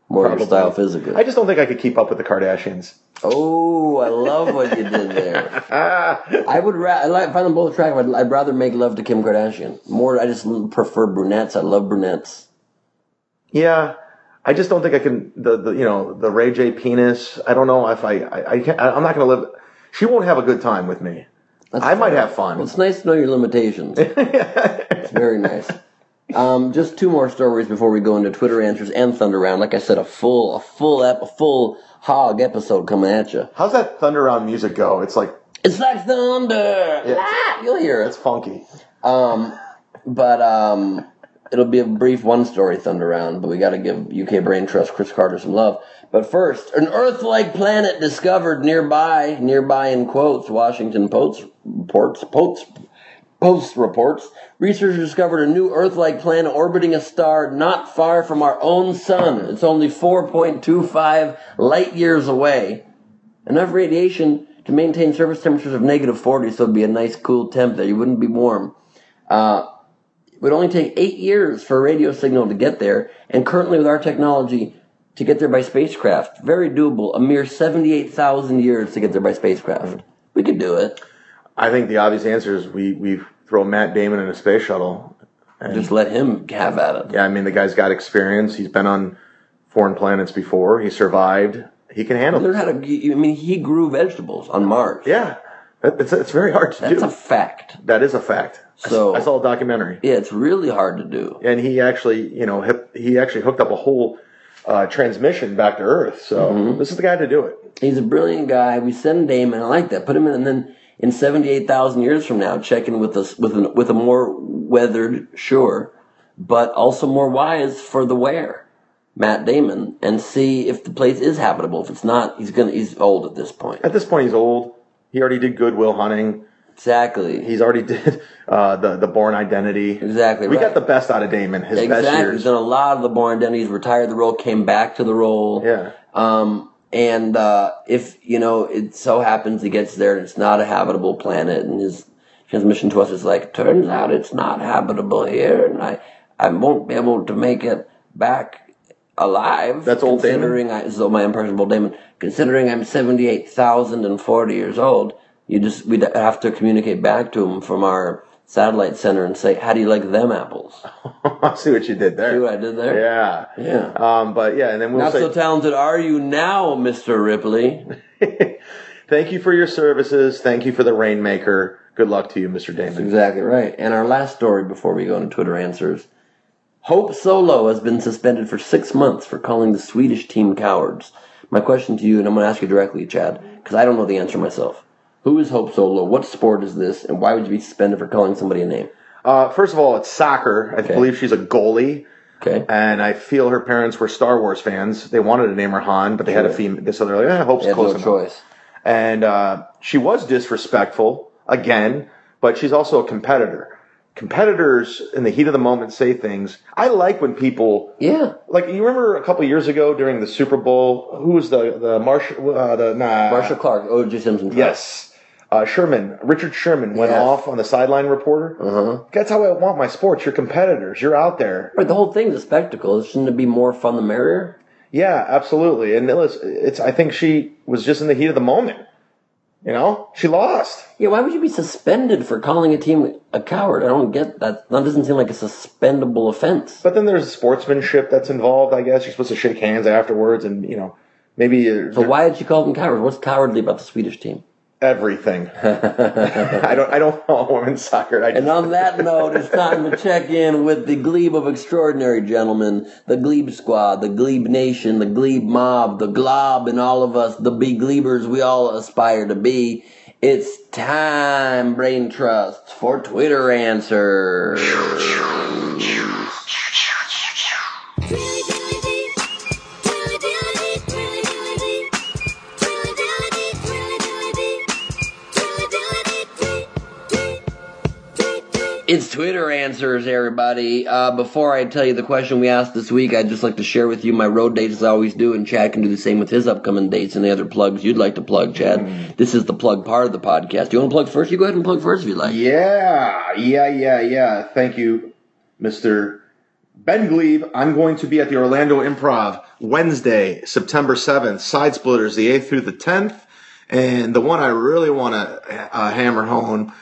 S2: More your
S3: Probably.
S2: style, physically.
S3: I just don't think I could keep up with the Kardashians.
S2: Oh, I love what you did there. I would ra- I like, find them both attractive. I'd, I'd rather make love to Kim Kardashian. More, I just prefer brunettes. I love brunettes.
S3: Yeah, I just don't think I can. The, the you know the Ray J penis. I don't know if I I, I can't. I, I'm not gonna live. She won't have a good time with me.
S2: That's
S3: I might
S2: fair.
S3: have fun.
S2: Well, it's nice to know your limitations. it's very nice. Um, just two more stories before we go into Twitter answers and Thunder Round. Like I said, a full, a full, ep- a full hog episode coming at you.
S3: How's that Thunder Round music go? It's like
S2: it's like thunder. Ah, you'll hear it.
S3: It's funky.
S2: Um, but um, it'll be a brief one-story Thunder Round. But we got to give UK Brain Trust Chris Carter some love. But first, an Earth-like planet discovered nearby, nearby in quotes, Washington Post reports, Post, Post reports, researchers discovered a new Earth-like planet orbiting a star not far from our own sun. It's only 4.25 light years away. Enough radiation to maintain surface temperatures of negative 40, so it'd be a nice cool temp there. You wouldn't be warm. Uh, it would only take eight years for a radio signal to get there, and currently with our technology, to get there by spacecraft, very doable. A mere 78,000 years to get there by spacecraft. We could do it.
S3: I think the obvious answer is we we throw Matt Damon in a space shuttle. And
S2: Just let him have at it.
S3: Yeah, I mean the guy's got experience. He's been on foreign planets before. He survived. He can handle.
S2: Learn how to, I mean, he grew vegetables on Mars.
S3: Yeah, That- it's it's very hard to do.
S2: That's a fact.
S3: That is a fact. I s-
S2: So-
S3: I saw a documentary.
S2: Yeah, it's really hard to do.
S3: And he actually, you know, hip- he actually hooked up a whole uh, transmission back to Earth. So this is the guy to do it.
S2: Mm-hmm. He's a brilliant guy. We send Damon. I like that. Put him in, and then in seventy-eight thousand years from now, check in with us with an, with a more weathered, sure, but also more wise for the wear, Matt Damon, and see if the place is habitable. If it's not, he's gonna he's old at this point.
S3: At this point, he's old. He already did Goodwill Hunting.
S2: Exactly.
S3: He's already did uh, the the Born Identity.
S2: Exactly.
S3: We
S2: right.
S3: got the best out of Damon. His
S2: exactly.
S3: best
S2: He's
S3: years.
S2: done a lot of the Born Identity. He's retired the role, came back to the role.
S3: Yeah.
S2: Um, and uh, if you know, it so happens he gets there and it's not a habitable planet, and his transmission to us is like, turns out it's not habitable here, and I, I won't be able to make it back alive.
S3: That's old Damon?
S2: Considering I, this is my impressionable Damon. Considering I'm seventy eight thousand and forty years old, you just we'd have to communicate back to him from our satellite center and say, how do you like them apples?
S3: I see what you did there.
S2: See what I did there?
S3: Yeah.
S2: Yeah.
S3: Um, but yeah, and then we'll
S2: Not
S3: say
S2: so talented are you now, Mr. Ripley?
S3: thank you for your services. Thank you for the Rainmaker. Good luck to you, Mr. Damon.
S2: That's exactly right. And our last story before we go into Twitter answers Hope Solo has been suspended for six months for calling the Swedish team cowards. My question to you, and I'm going to ask you directly, Chad, because I don't know the answer myself. Who is Hope Solo? What sport is this? And why would you be suspended for calling somebody a name?
S3: Uh, first of all, it's soccer. I believe she's a goalie.
S2: Okay.
S3: And I feel her parents were Star Wars fans. They wanted to name her Han, but they had a
S2: Sure.
S3: female. So they're like, eh, Hope's
S2: They had
S3: close
S2: no
S3: enough.
S2: choice.
S3: And uh, she was disrespectful again, but she's also a competitor. Competitors in the heat of the moment say things. I like when people
S2: Yeah.
S3: like you remember a couple years ago during the Super Bowl, who was the the Marshall uh, the nah,
S2: Marshall Clark, O.J. Simpson.
S3: Yes. Uh, Sherman, Richard Sherman went
S2: Yes.
S3: off on the sideline reporter.
S2: Uh-huh.
S3: That's how I want my sports. Your competitors. You're out there.
S2: Right, the whole thing's a spectacle. Shouldn't it be more fun the merrier?
S3: Yeah, absolutely. And it was, uh, it's, I think she was just in the heat of the moment. You know, she lost.
S2: Yeah, why would you be suspended for calling a team a coward? I don't get that. That doesn't seem like a suspendable offense.
S3: But then there's sportsmanship that's involved, I guess. You're supposed to shake hands afterwards and, you know, maybe uh,
S2: So why did you call them cowards? What's cowardly about the Swedish team?
S3: everything. I don't, I don't know women's soccer. I just,
S2: And on that note, it's time to check in with the glebe of extraordinary gentlemen, the glebe squad, the glebe nation, the glebe mob, the glob, and all of us, the big glebers we all aspire to be. It's time, Brain Trust, for Twitter answers. It's Twitter answers, everybody. Uh, before I tell you the question we asked this week, I'd just like to share with you my road dates as I always do, and Chad can do the same with his upcoming dates and the other plugs you'd like to plug, Chad.
S3: Mm.
S2: This is the plug part of the podcast. You want to plug first? You go ahead and plug first if you like.
S3: yeah, yeah, yeah, yeah. Thank you, Mr. Ben Glebe. I'm going to be at the Orlando Improv Wednesday, September 7th. Side Splitters, the 8th through the 10th. And the one I really want to uh, hammer home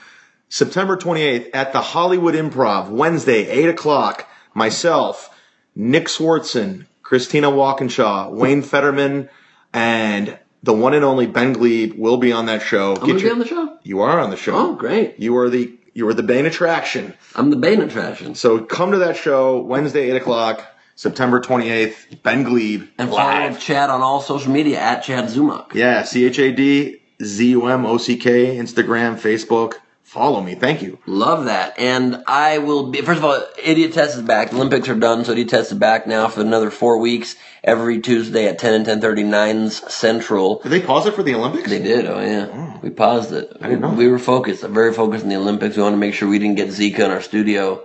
S3: September 28th at the Hollywood Improv, Wednesday, 8 o'clock. Myself, Nick Swartzen, Christina Walkinshaw, Wayne Fetterman, and the one and only Ben Glebe will be on that show.
S2: I'm going to be on the show.
S3: You are on the show.
S2: Oh, great.
S3: You are the You were the Bane attraction.
S2: I'm the Bane attraction.
S3: So come to that show Wednesday, 8 o'clock, September 28th. Ben Glebe.
S2: And follow Chad on all social media at Chad Zumok.
S3: Yeah, C H A D Z U M O C K, Instagram, Facebook. Follow me. Thank you.
S2: Love that. And I will be, first of all, Idiot Test is back. The Olympics are done, so Idiot Test is back now for another four weeks, every Tuesday at 10 and 10.30, 9's Central.
S3: Did they pause it for the Olympics? Hmm.
S2: They did, oh yeah. We paused it. I didn't know. We were focused, very focused on the Olympics. We wanted to make sure we didn't get Zika in our studio.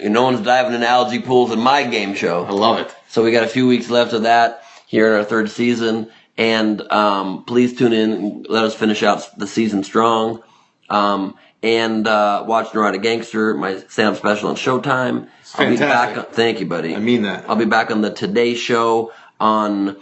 S2: no one's diving in algae pools in my game show. I
S3: love it.
S2: So we got a few weeks left of that here in our third season. And um, please tune in and let us finish out the season strong. Um, and uh, watch Neurotic Gangster, my stand-up special on Showtime. I'll be
S3: fantastic.
S2: back. On, thank you, buddy. I
S3: mean that.
S2: I'll be back on the Today Show on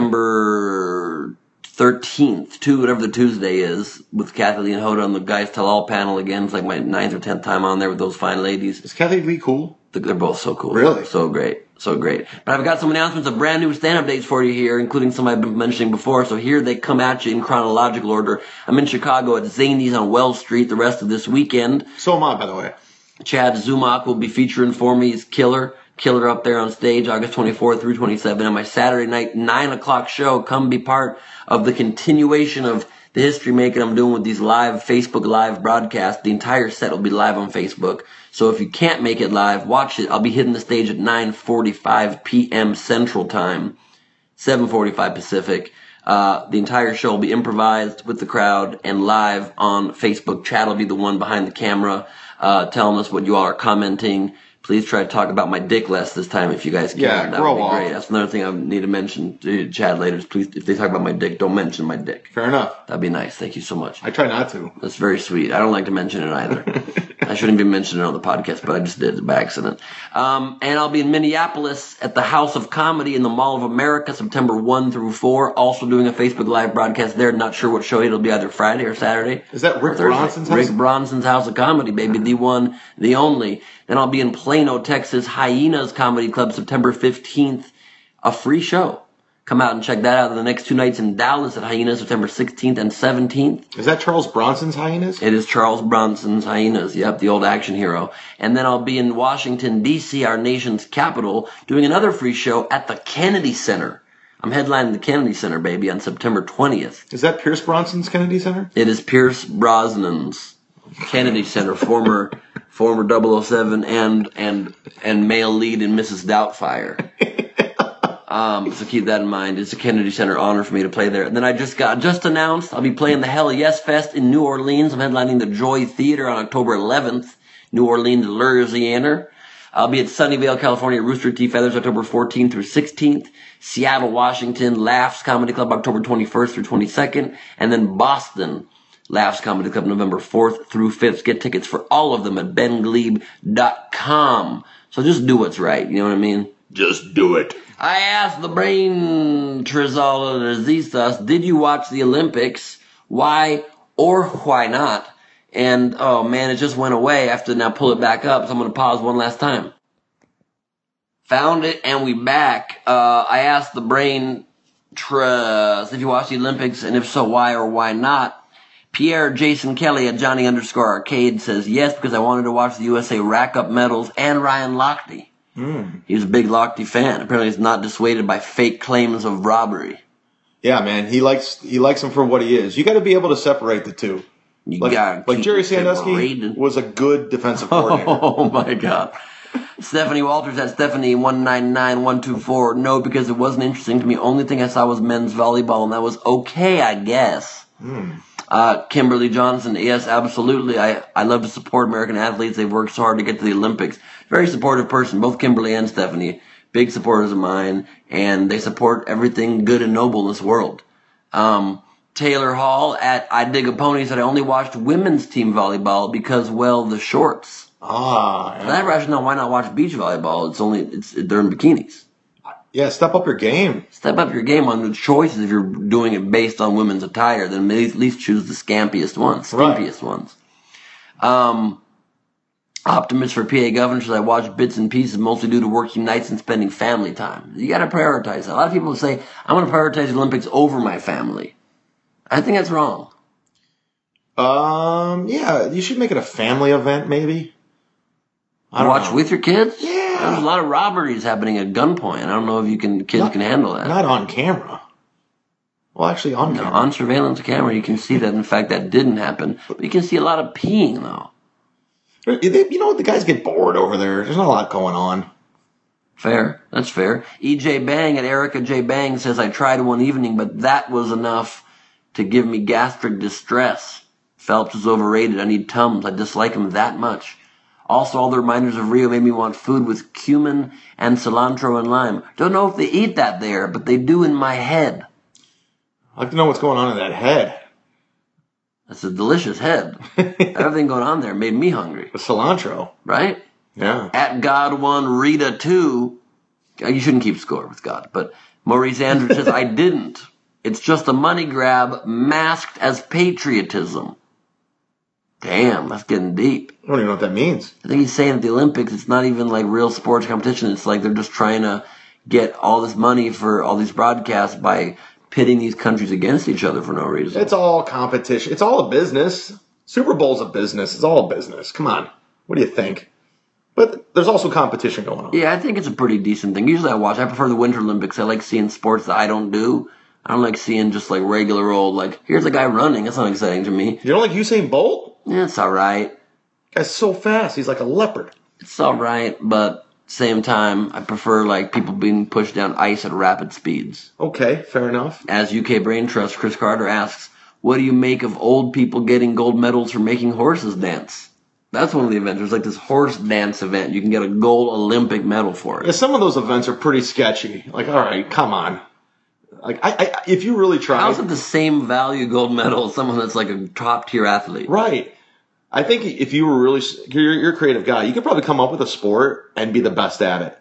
S2: September 13th, to whatever the Tuesday is, with Kathleen Hoda on the Guys Tell All panel again. It's like my ninth or tenth time on there with those fine ladies.
S3: Is Kathy Lee cool?
S2: They're both so cool.
S3: Really?
S2: So great. So great. But I've got some announcements of brand new stand-up dates for you here, including some I've been mentioning before. So here they come at you in chronological order. I'm in Chicago at Zanies on Wells Street the rest of this weekend.
S3: So am I, by the way.
S2: Chad Zumach will be featuring for me. He's killer. Killer up there on stage August 24th through 27th on my Saturday night 9 o'clock show. Come be part of the continuation of the history making I'm doing with these live Facebook live broadcasts. The entire set will be live on Facebook. So if you can't make it live, watch it. I'll be hitting the stage at 9:45 p.m. Central Time, 7:45 Pacific. Uh, the entire show will be improvised with the crowd and live on Facebook. Chad will be the one behind the camera, uh, telling us what you all are commenting. Please try to talk about my dick less this time if you guys can.
S3: Yeah,
S2: that
S3: grow
S2: would be
S3: off.
S2: great. That's another thing I need to mention to Chad later. Is please, if they talk about my dick, don't mention my dick.
S3: Fair enough.
S2: That'd be nice. Thank you so much.
S3: I try not to.
S2: That's very sweet. I don't like to mention it either. I shouldn't be mentioning it on the podcast, but I just did it by accident. Um, and I'll be in Minneapolis at the House of Comedy in the Mall of America, September 1 through 4. Also doing a Facebook Live broadcast there. Not sure what show it'll be, either Friday or Saturday.
S3: Is that Rick
S2: Or Thursday.
S3: Bronson's house? Uh-huh.
S2: Rick Bronson's House of Comedy, baby. The one, the only. Then I'll be in Plano, Texas, Hyenas Comedy Club, September 15th. A free show. Come out and check that out. The next two nights in Dallas at Hyenas, September 16th and 17th.
S3: Is that Charles Bronson's hyenas?
S2: It is Charles Bronson's Hyenas. Yep, the old action hero. And then I'll be in Washington, D.C., our nation's capital, doing another free show at the Kennedy Center. I'm headlining the Kennedy Center, baby, on September 20th.
S3: Is that Pierce Bronson's Kennedy Center?
S2: It is Pierce Brosnan's Kennedy Center, former former 007 and and and male lead in Mrs. Doubtfire. Um, so keep that in mind. It's a Kennedy Center honor for me to play there. And then I just got just announced I'll be playing the Hell Yes Fest in New Orleans. I'm headlining the Joy Theater on October 11th, New Orleans, Louisiana. I'll be at Sunnyvale, California, Rooster Teeth Feathers, October 14th through 16th. Seattle, Washington, Laughs Comedy Club, October 21st through 22nd. And then Boston, Laughs Comedy Club, November 4th through 5th. Get tickets for all of them at benglebe.com. So just do what's right. You know what I mean? Just do it. I asked the brain trizola did you watch the Olympics? Why or why not? And oh man, it just went away. I have to now pull it back up, so I'm gonna pause one last time. Found it and we back. Uh, I asked the brain trust if you watch the Olympics and if so, why or why not? Pierre Jason Kelly at Johnny underscore arcade says yes because I wanted to watch the USA rack up medals and Ryan Lochte. He was a big Lochte fan. Apparently, he's not dissuaded by fake claims of robbery.
S3: Yeah, man. He likes he likes him for what he is. You got to be able to separate the two.
S2: You
S3: like,
S2: gotta
S3: like
S2: keep
S3: Jerry
S2: it
S3: Sandusky
S2: separated.
S3: was a good defensive coordinator.
S2: Oh my god. Stephanie Walters at Stephanie one nine nine one two four. No, because it wasn't interesting to me. Only thing I saw was men's volleyball, and that was okay, I guess. Uh, Kimberly Johnson, yes, absolutely. I, I love to support American athletes. They've worked so hard to get to the Olympics. Very supportive person, both Kimberly and Stephanie. Big supporters of mine, and they support everything good and noble in this world. Um, Taylor Hall at I Dig a Pony said, I only watched women's team volleyball because, well, the shorts.
S3: Ah,
S2: For that rationale, why not watch beach volleyball? It's only, it's, they're in bikinis.
S3: Yeah, step up your game.
S2: Step up your game on the choices if you're doing it based on women's attire. Then at least choose the scampiest ones, scampiest ones. Um, optimist for PA governor says I watch bits and pieces mostly due to working nights and spending family time. You got to prioritize. that. A lot of people say I'm going to prioritize the Olympics over my family. I think that's wrong.
S3: Um, yeah, you should make it a family event, maybe. I don't
S2: Watch
S3: know.
S2: with your kids. Yeah, there's a lot of robberies happening at gunpoint. I don't know if you can kids can handle that. Not
S3: on camera. Well, actually, on
S2: camera. on surveillance camera, you can see that. In fact, that didn't happen. But you can see a lot of peeing though.
S3: Uh, You know, the guys get bored over there. There's not a lot going on.
S2: Fair. That's fair. EJ Bang at Erica J Bang says I tried one evening, but that was enough to give me gastric distress. Phelps is overrated. I need Tums. I dislike him that much. Also, all the reminders of Rio made me want food with cumin and cilantro and lime. Don't know if they eat that there, but they do in my head.
S3: I'd like to know what's going on in that head.
S2: That's a delicious head. Everything going on there made me hungry.
S3: cilantro.
S2: Right?
S3: Yeah.
S2: At God one, Rita two. Uh, You shouldn't keep score with God, but Maurice Andrews says I didn't. It's just a money grab masked as patriotism. Damn, that's getting deep.
S3: I don't even know what that means.
S2: I think he's saying at the Olympics, it's not even like real sports competition. It's like they're just trying to get all this money for all these broadcasts by pitting these countries against each other for no reason.
S3: It's all competition. It's all a business. Super Bowl's a business. It's all a business. Come on. What do you think? But there's also competition going on.
S2: Yeah, I think it's a pretty decent thing. Usually I watch, I prefer the Winter Olympics. I like seeing sports that I don't do. I don't like seeing just like regular old, like, here's a guy running. That's not exciting to me.
S3: You don't like Usain Bolt?
S2: Yeah, it's alright.
S3: Guy's so fast. He's like a leopard.
S2: It's alright, but same time, I prefer like people being pushed down ice at rapid speeds.
S3: Okay, fair enough.
S2: As UK Brain Trust, Chris Carter asks, what do you make of old people getting gold medals for making horses dance? That's one of the events. There's like this horse dance event. You can get a gold Olympic medal for it.
S3: Yeah, some of those events are pretty sketchy. Like, all right, come on. Like, I, I if you really try,
S2: How's it the same value gold medal as someone that's like a top tier athlete?
S3: Right. I think if you were really you're, you're a creative guy, you could probably come up with a sport and be the best at it.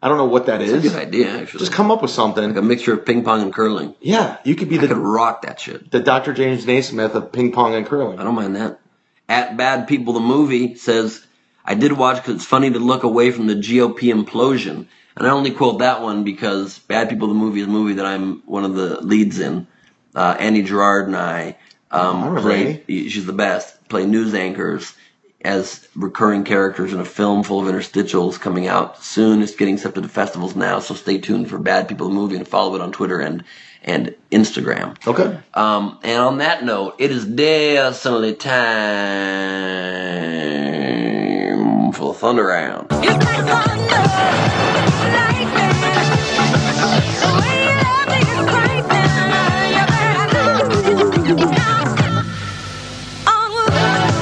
S3: I don't know what that
S2: That's
S3: is.
S2: a good idea, actually.
S3: Just come up with something.
S2: Like a mixture of ping pong and curling.
S3: Yeah, you could be the
S2: rock that shit.
S3: The Dr. James Naismith of ping pong and curling.
S2: I don't mind that. At Bad People the Movie says, I did watch because it's funny to look away from the GOP implosion. And I only quote that one because Bad People the Movie is a movie that I'm one of the leads in. Uh, Annie Gerard and I
S3: I
S2: um,
S3: remember
S2: play, she's the best, play news anchors as recurring characters in a film full of interstitials coming out soon. It's getting accepted to festivals now, so stay tuned for Bad People the Movie and follow it on Twitter and, and Instagram.
S3: Okay.
S2: Um, and on that note, it is definitely time for the thunder round.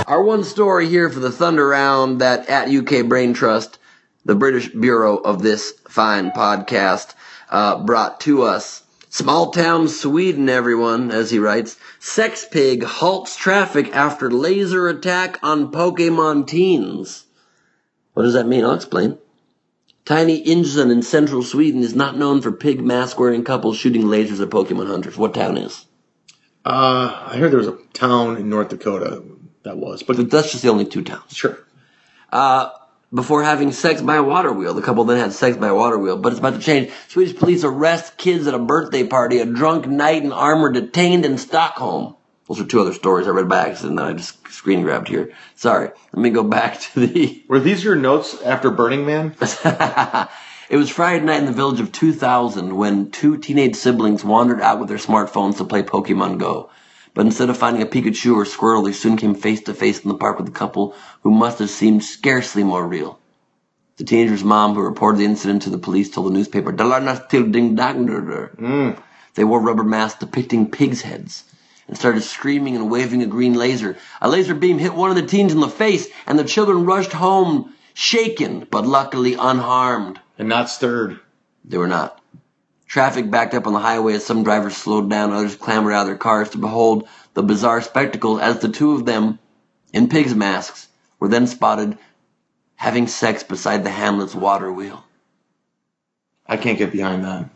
S2: Our one story here for the thunder round that at UK Brain Trust, the British Bureau of this fine podcast, uh, brought to us. Small town Sweden, everyone, as he writes. Sex pig halts traffic after laser attack on Pokemon teens. What does that mean? I'll explain. Tiny Ingeson in central Sweden is not known for pig mask wearing couples shooting lasers at Pokemon hunters. What town is?
S3: Uh, I heard there was a town in North Dakota that was, but
S2: that's just the only two towns.
S3: Sure.
S2: Uh, before having sex by a water wheel. The couple then had sex by a water wheel, but it's about to change. Swedish police arrest kids at a birthday party. A drunk knight in armor detained in Stockholm. Those are two other stories I read by accident that I just screen grabbed here. Sorry. Let me go back to the.
S3: Were these your notes after Burning Man?
S2: It was Friday night in the village of 2000 when two teenage siblings wandered out with their smartphones to play Pokemon Go. But instead of finding a Pikachu or Squirrel, they soon came face to face in the park with a couple who must have seemed scarcely more real. The teenager's mom, who reported the incident to the police, told the newspaper, "Dalarna till ding mm. They wore rubber masks depicting pigs' heads and started screaming and waving a green laser. A laser beam hit one of the teens in the face, and the children rushed home, shaken, but luckily unharmed.
S3: And not stirred.
S2: They were not. Traffic backed up on the highway as some drivers slowed down, others clambered out of their cars to behold the bizarre spectacle as the two of them, in pigs' masks, were then spotted having sex beside the hamlet's water wheel.
S3: I can't get behind that.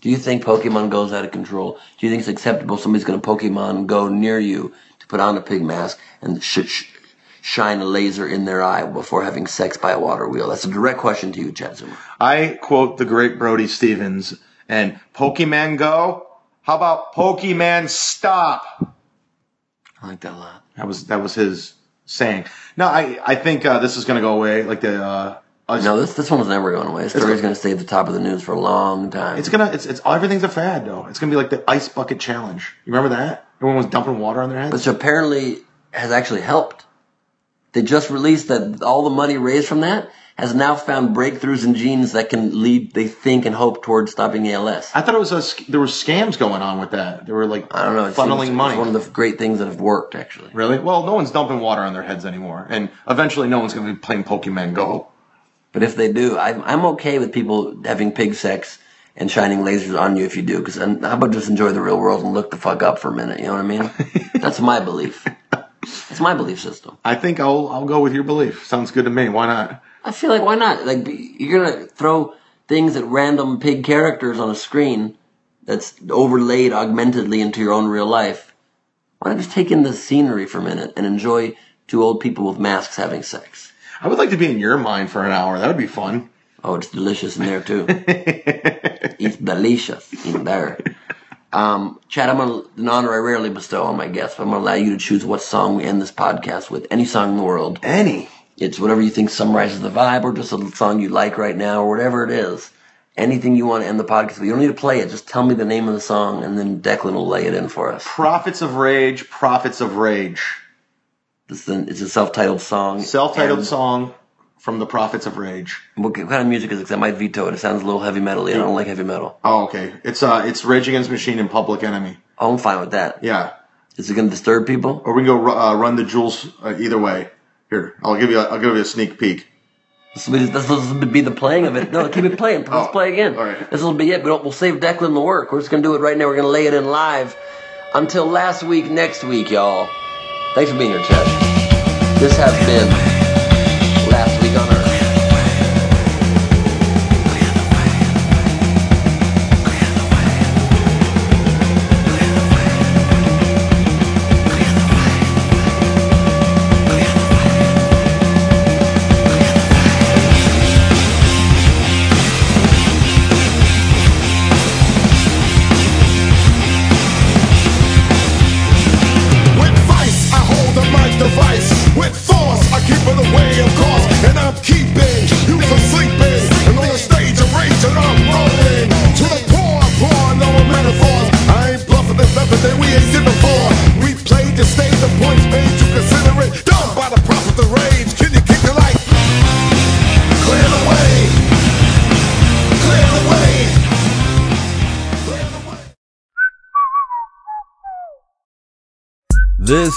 S2: Do you think Pokemon goes out of control? Do you think it's acceptable somebody's going to Pokemon go near you to put on a pig mask and sh- sh- shine a laser in their eye before having sex by a water wheel? That's a direct question to you, Chad Zuma.
S3: I quote the great Brody Stevens and Pokemon Go. How about Pokemon Stop?
S6: I like that a lot. That was that was his saying. No, I I think uh, this is going to go away. Like the uh,
S2: no, this this one was never going away. This
S6: It's
S2: story's
S6: go-
S2: going to stay at the top of the news for a long time.
S6: it's gonna it's it's everything's a fad though. It's gonna be like the ice bucket challenge. You remember that? Everyone was dumping water on their heads.
S2: which apparently has actually helped. They just released that all the money raised from that has now found breakthroughs in genes that can lead, they think and hope, towards stopping ALS.
S6: I thought it was a, sc- there were scams going on with that. There were like
S2: I don't know. It seems-
S6: funneling money.
S2: It's one of the great things that have worked, actually.
S6: Really? Well, no one's dumping water on their heads anymore, and eventually, no one's going to be playing Pokemon Go.
S2: But if they do, I'm, I'm okay with people having pig sex and shining lasers on you if you do, because how about just enjoy the real world and look the fuck up for a minute? You know what I mean? That's my belief. That's my belief system.
S6: I think I'll I'll go with your belief. Sounds good to me. Why not?
S2: I feel like why not? Like be- you're gonna throw things at random pig characters on a screen that's overlaid augmentedly into your own real life. Why not just take in the scenery for a minute and enjoy two old people with masks having sex?
S6: I would like to be in your mind for an hour. That would be fun.
S2: Oh, it's delicious in there too. it's delicious in there. Um, Chad, I'm gonna, an honor I rarely bestow on my guests, but I'm gonna allow you to choose what song we end this podcast with. Any song in the world.
S6: Any.
S2: It's whatever you think summarizes the vibe, or just a song you like right now, or whatever it is. Anything you want to end the podcast with. You don't need to play it. Just tell me the name of the song, and then Declan will lay it in for us.
S6: Prophets of Rage. Prophets of Rage.
S2: It's a, it's a self-titled song.
S6: Self-titled
S2: And-
S6: song from the Prophets of Rage.
S2: What kind of music is it? 'Cause I might veto it. It sounds a little heavy metal. I don't like heavy metal.
S6: Oh, okay. It's uh, it's Rage Against the Machine and Public Enemy.
S2: Oh, I'm fine with that.
S6: Yeah.
S2: Is it going to disturb people?
S6: Or we can go ru- uh, run the jewels uh, either way. Here, I'll give you a, I'll give you a sneak peek.
S2: This will, be, this will be the playing of it. No, keep it playing.
S6: Oh,
S2: Let's play again. All right. This will be it. We don't, we'll save Declan the work. We're just going to do it right now. We're going to lay it in live until last week, next week, y'all. Thanks for being here, Chad. This has been Last Week on Earth.
S3: With vice, I hold the mic device. With force, I keep it away, of course. And I'm keeping you from sleeping. And on the stage, I'm raging, I'm rolling. To the poor, poor, no metaphors. I ain't bluffing this method that we ain't did before. We played the stage, the points made, you consider it. Done by the prophet of rage. Can you kick the light? Clear the way. Clear the way.
S1: This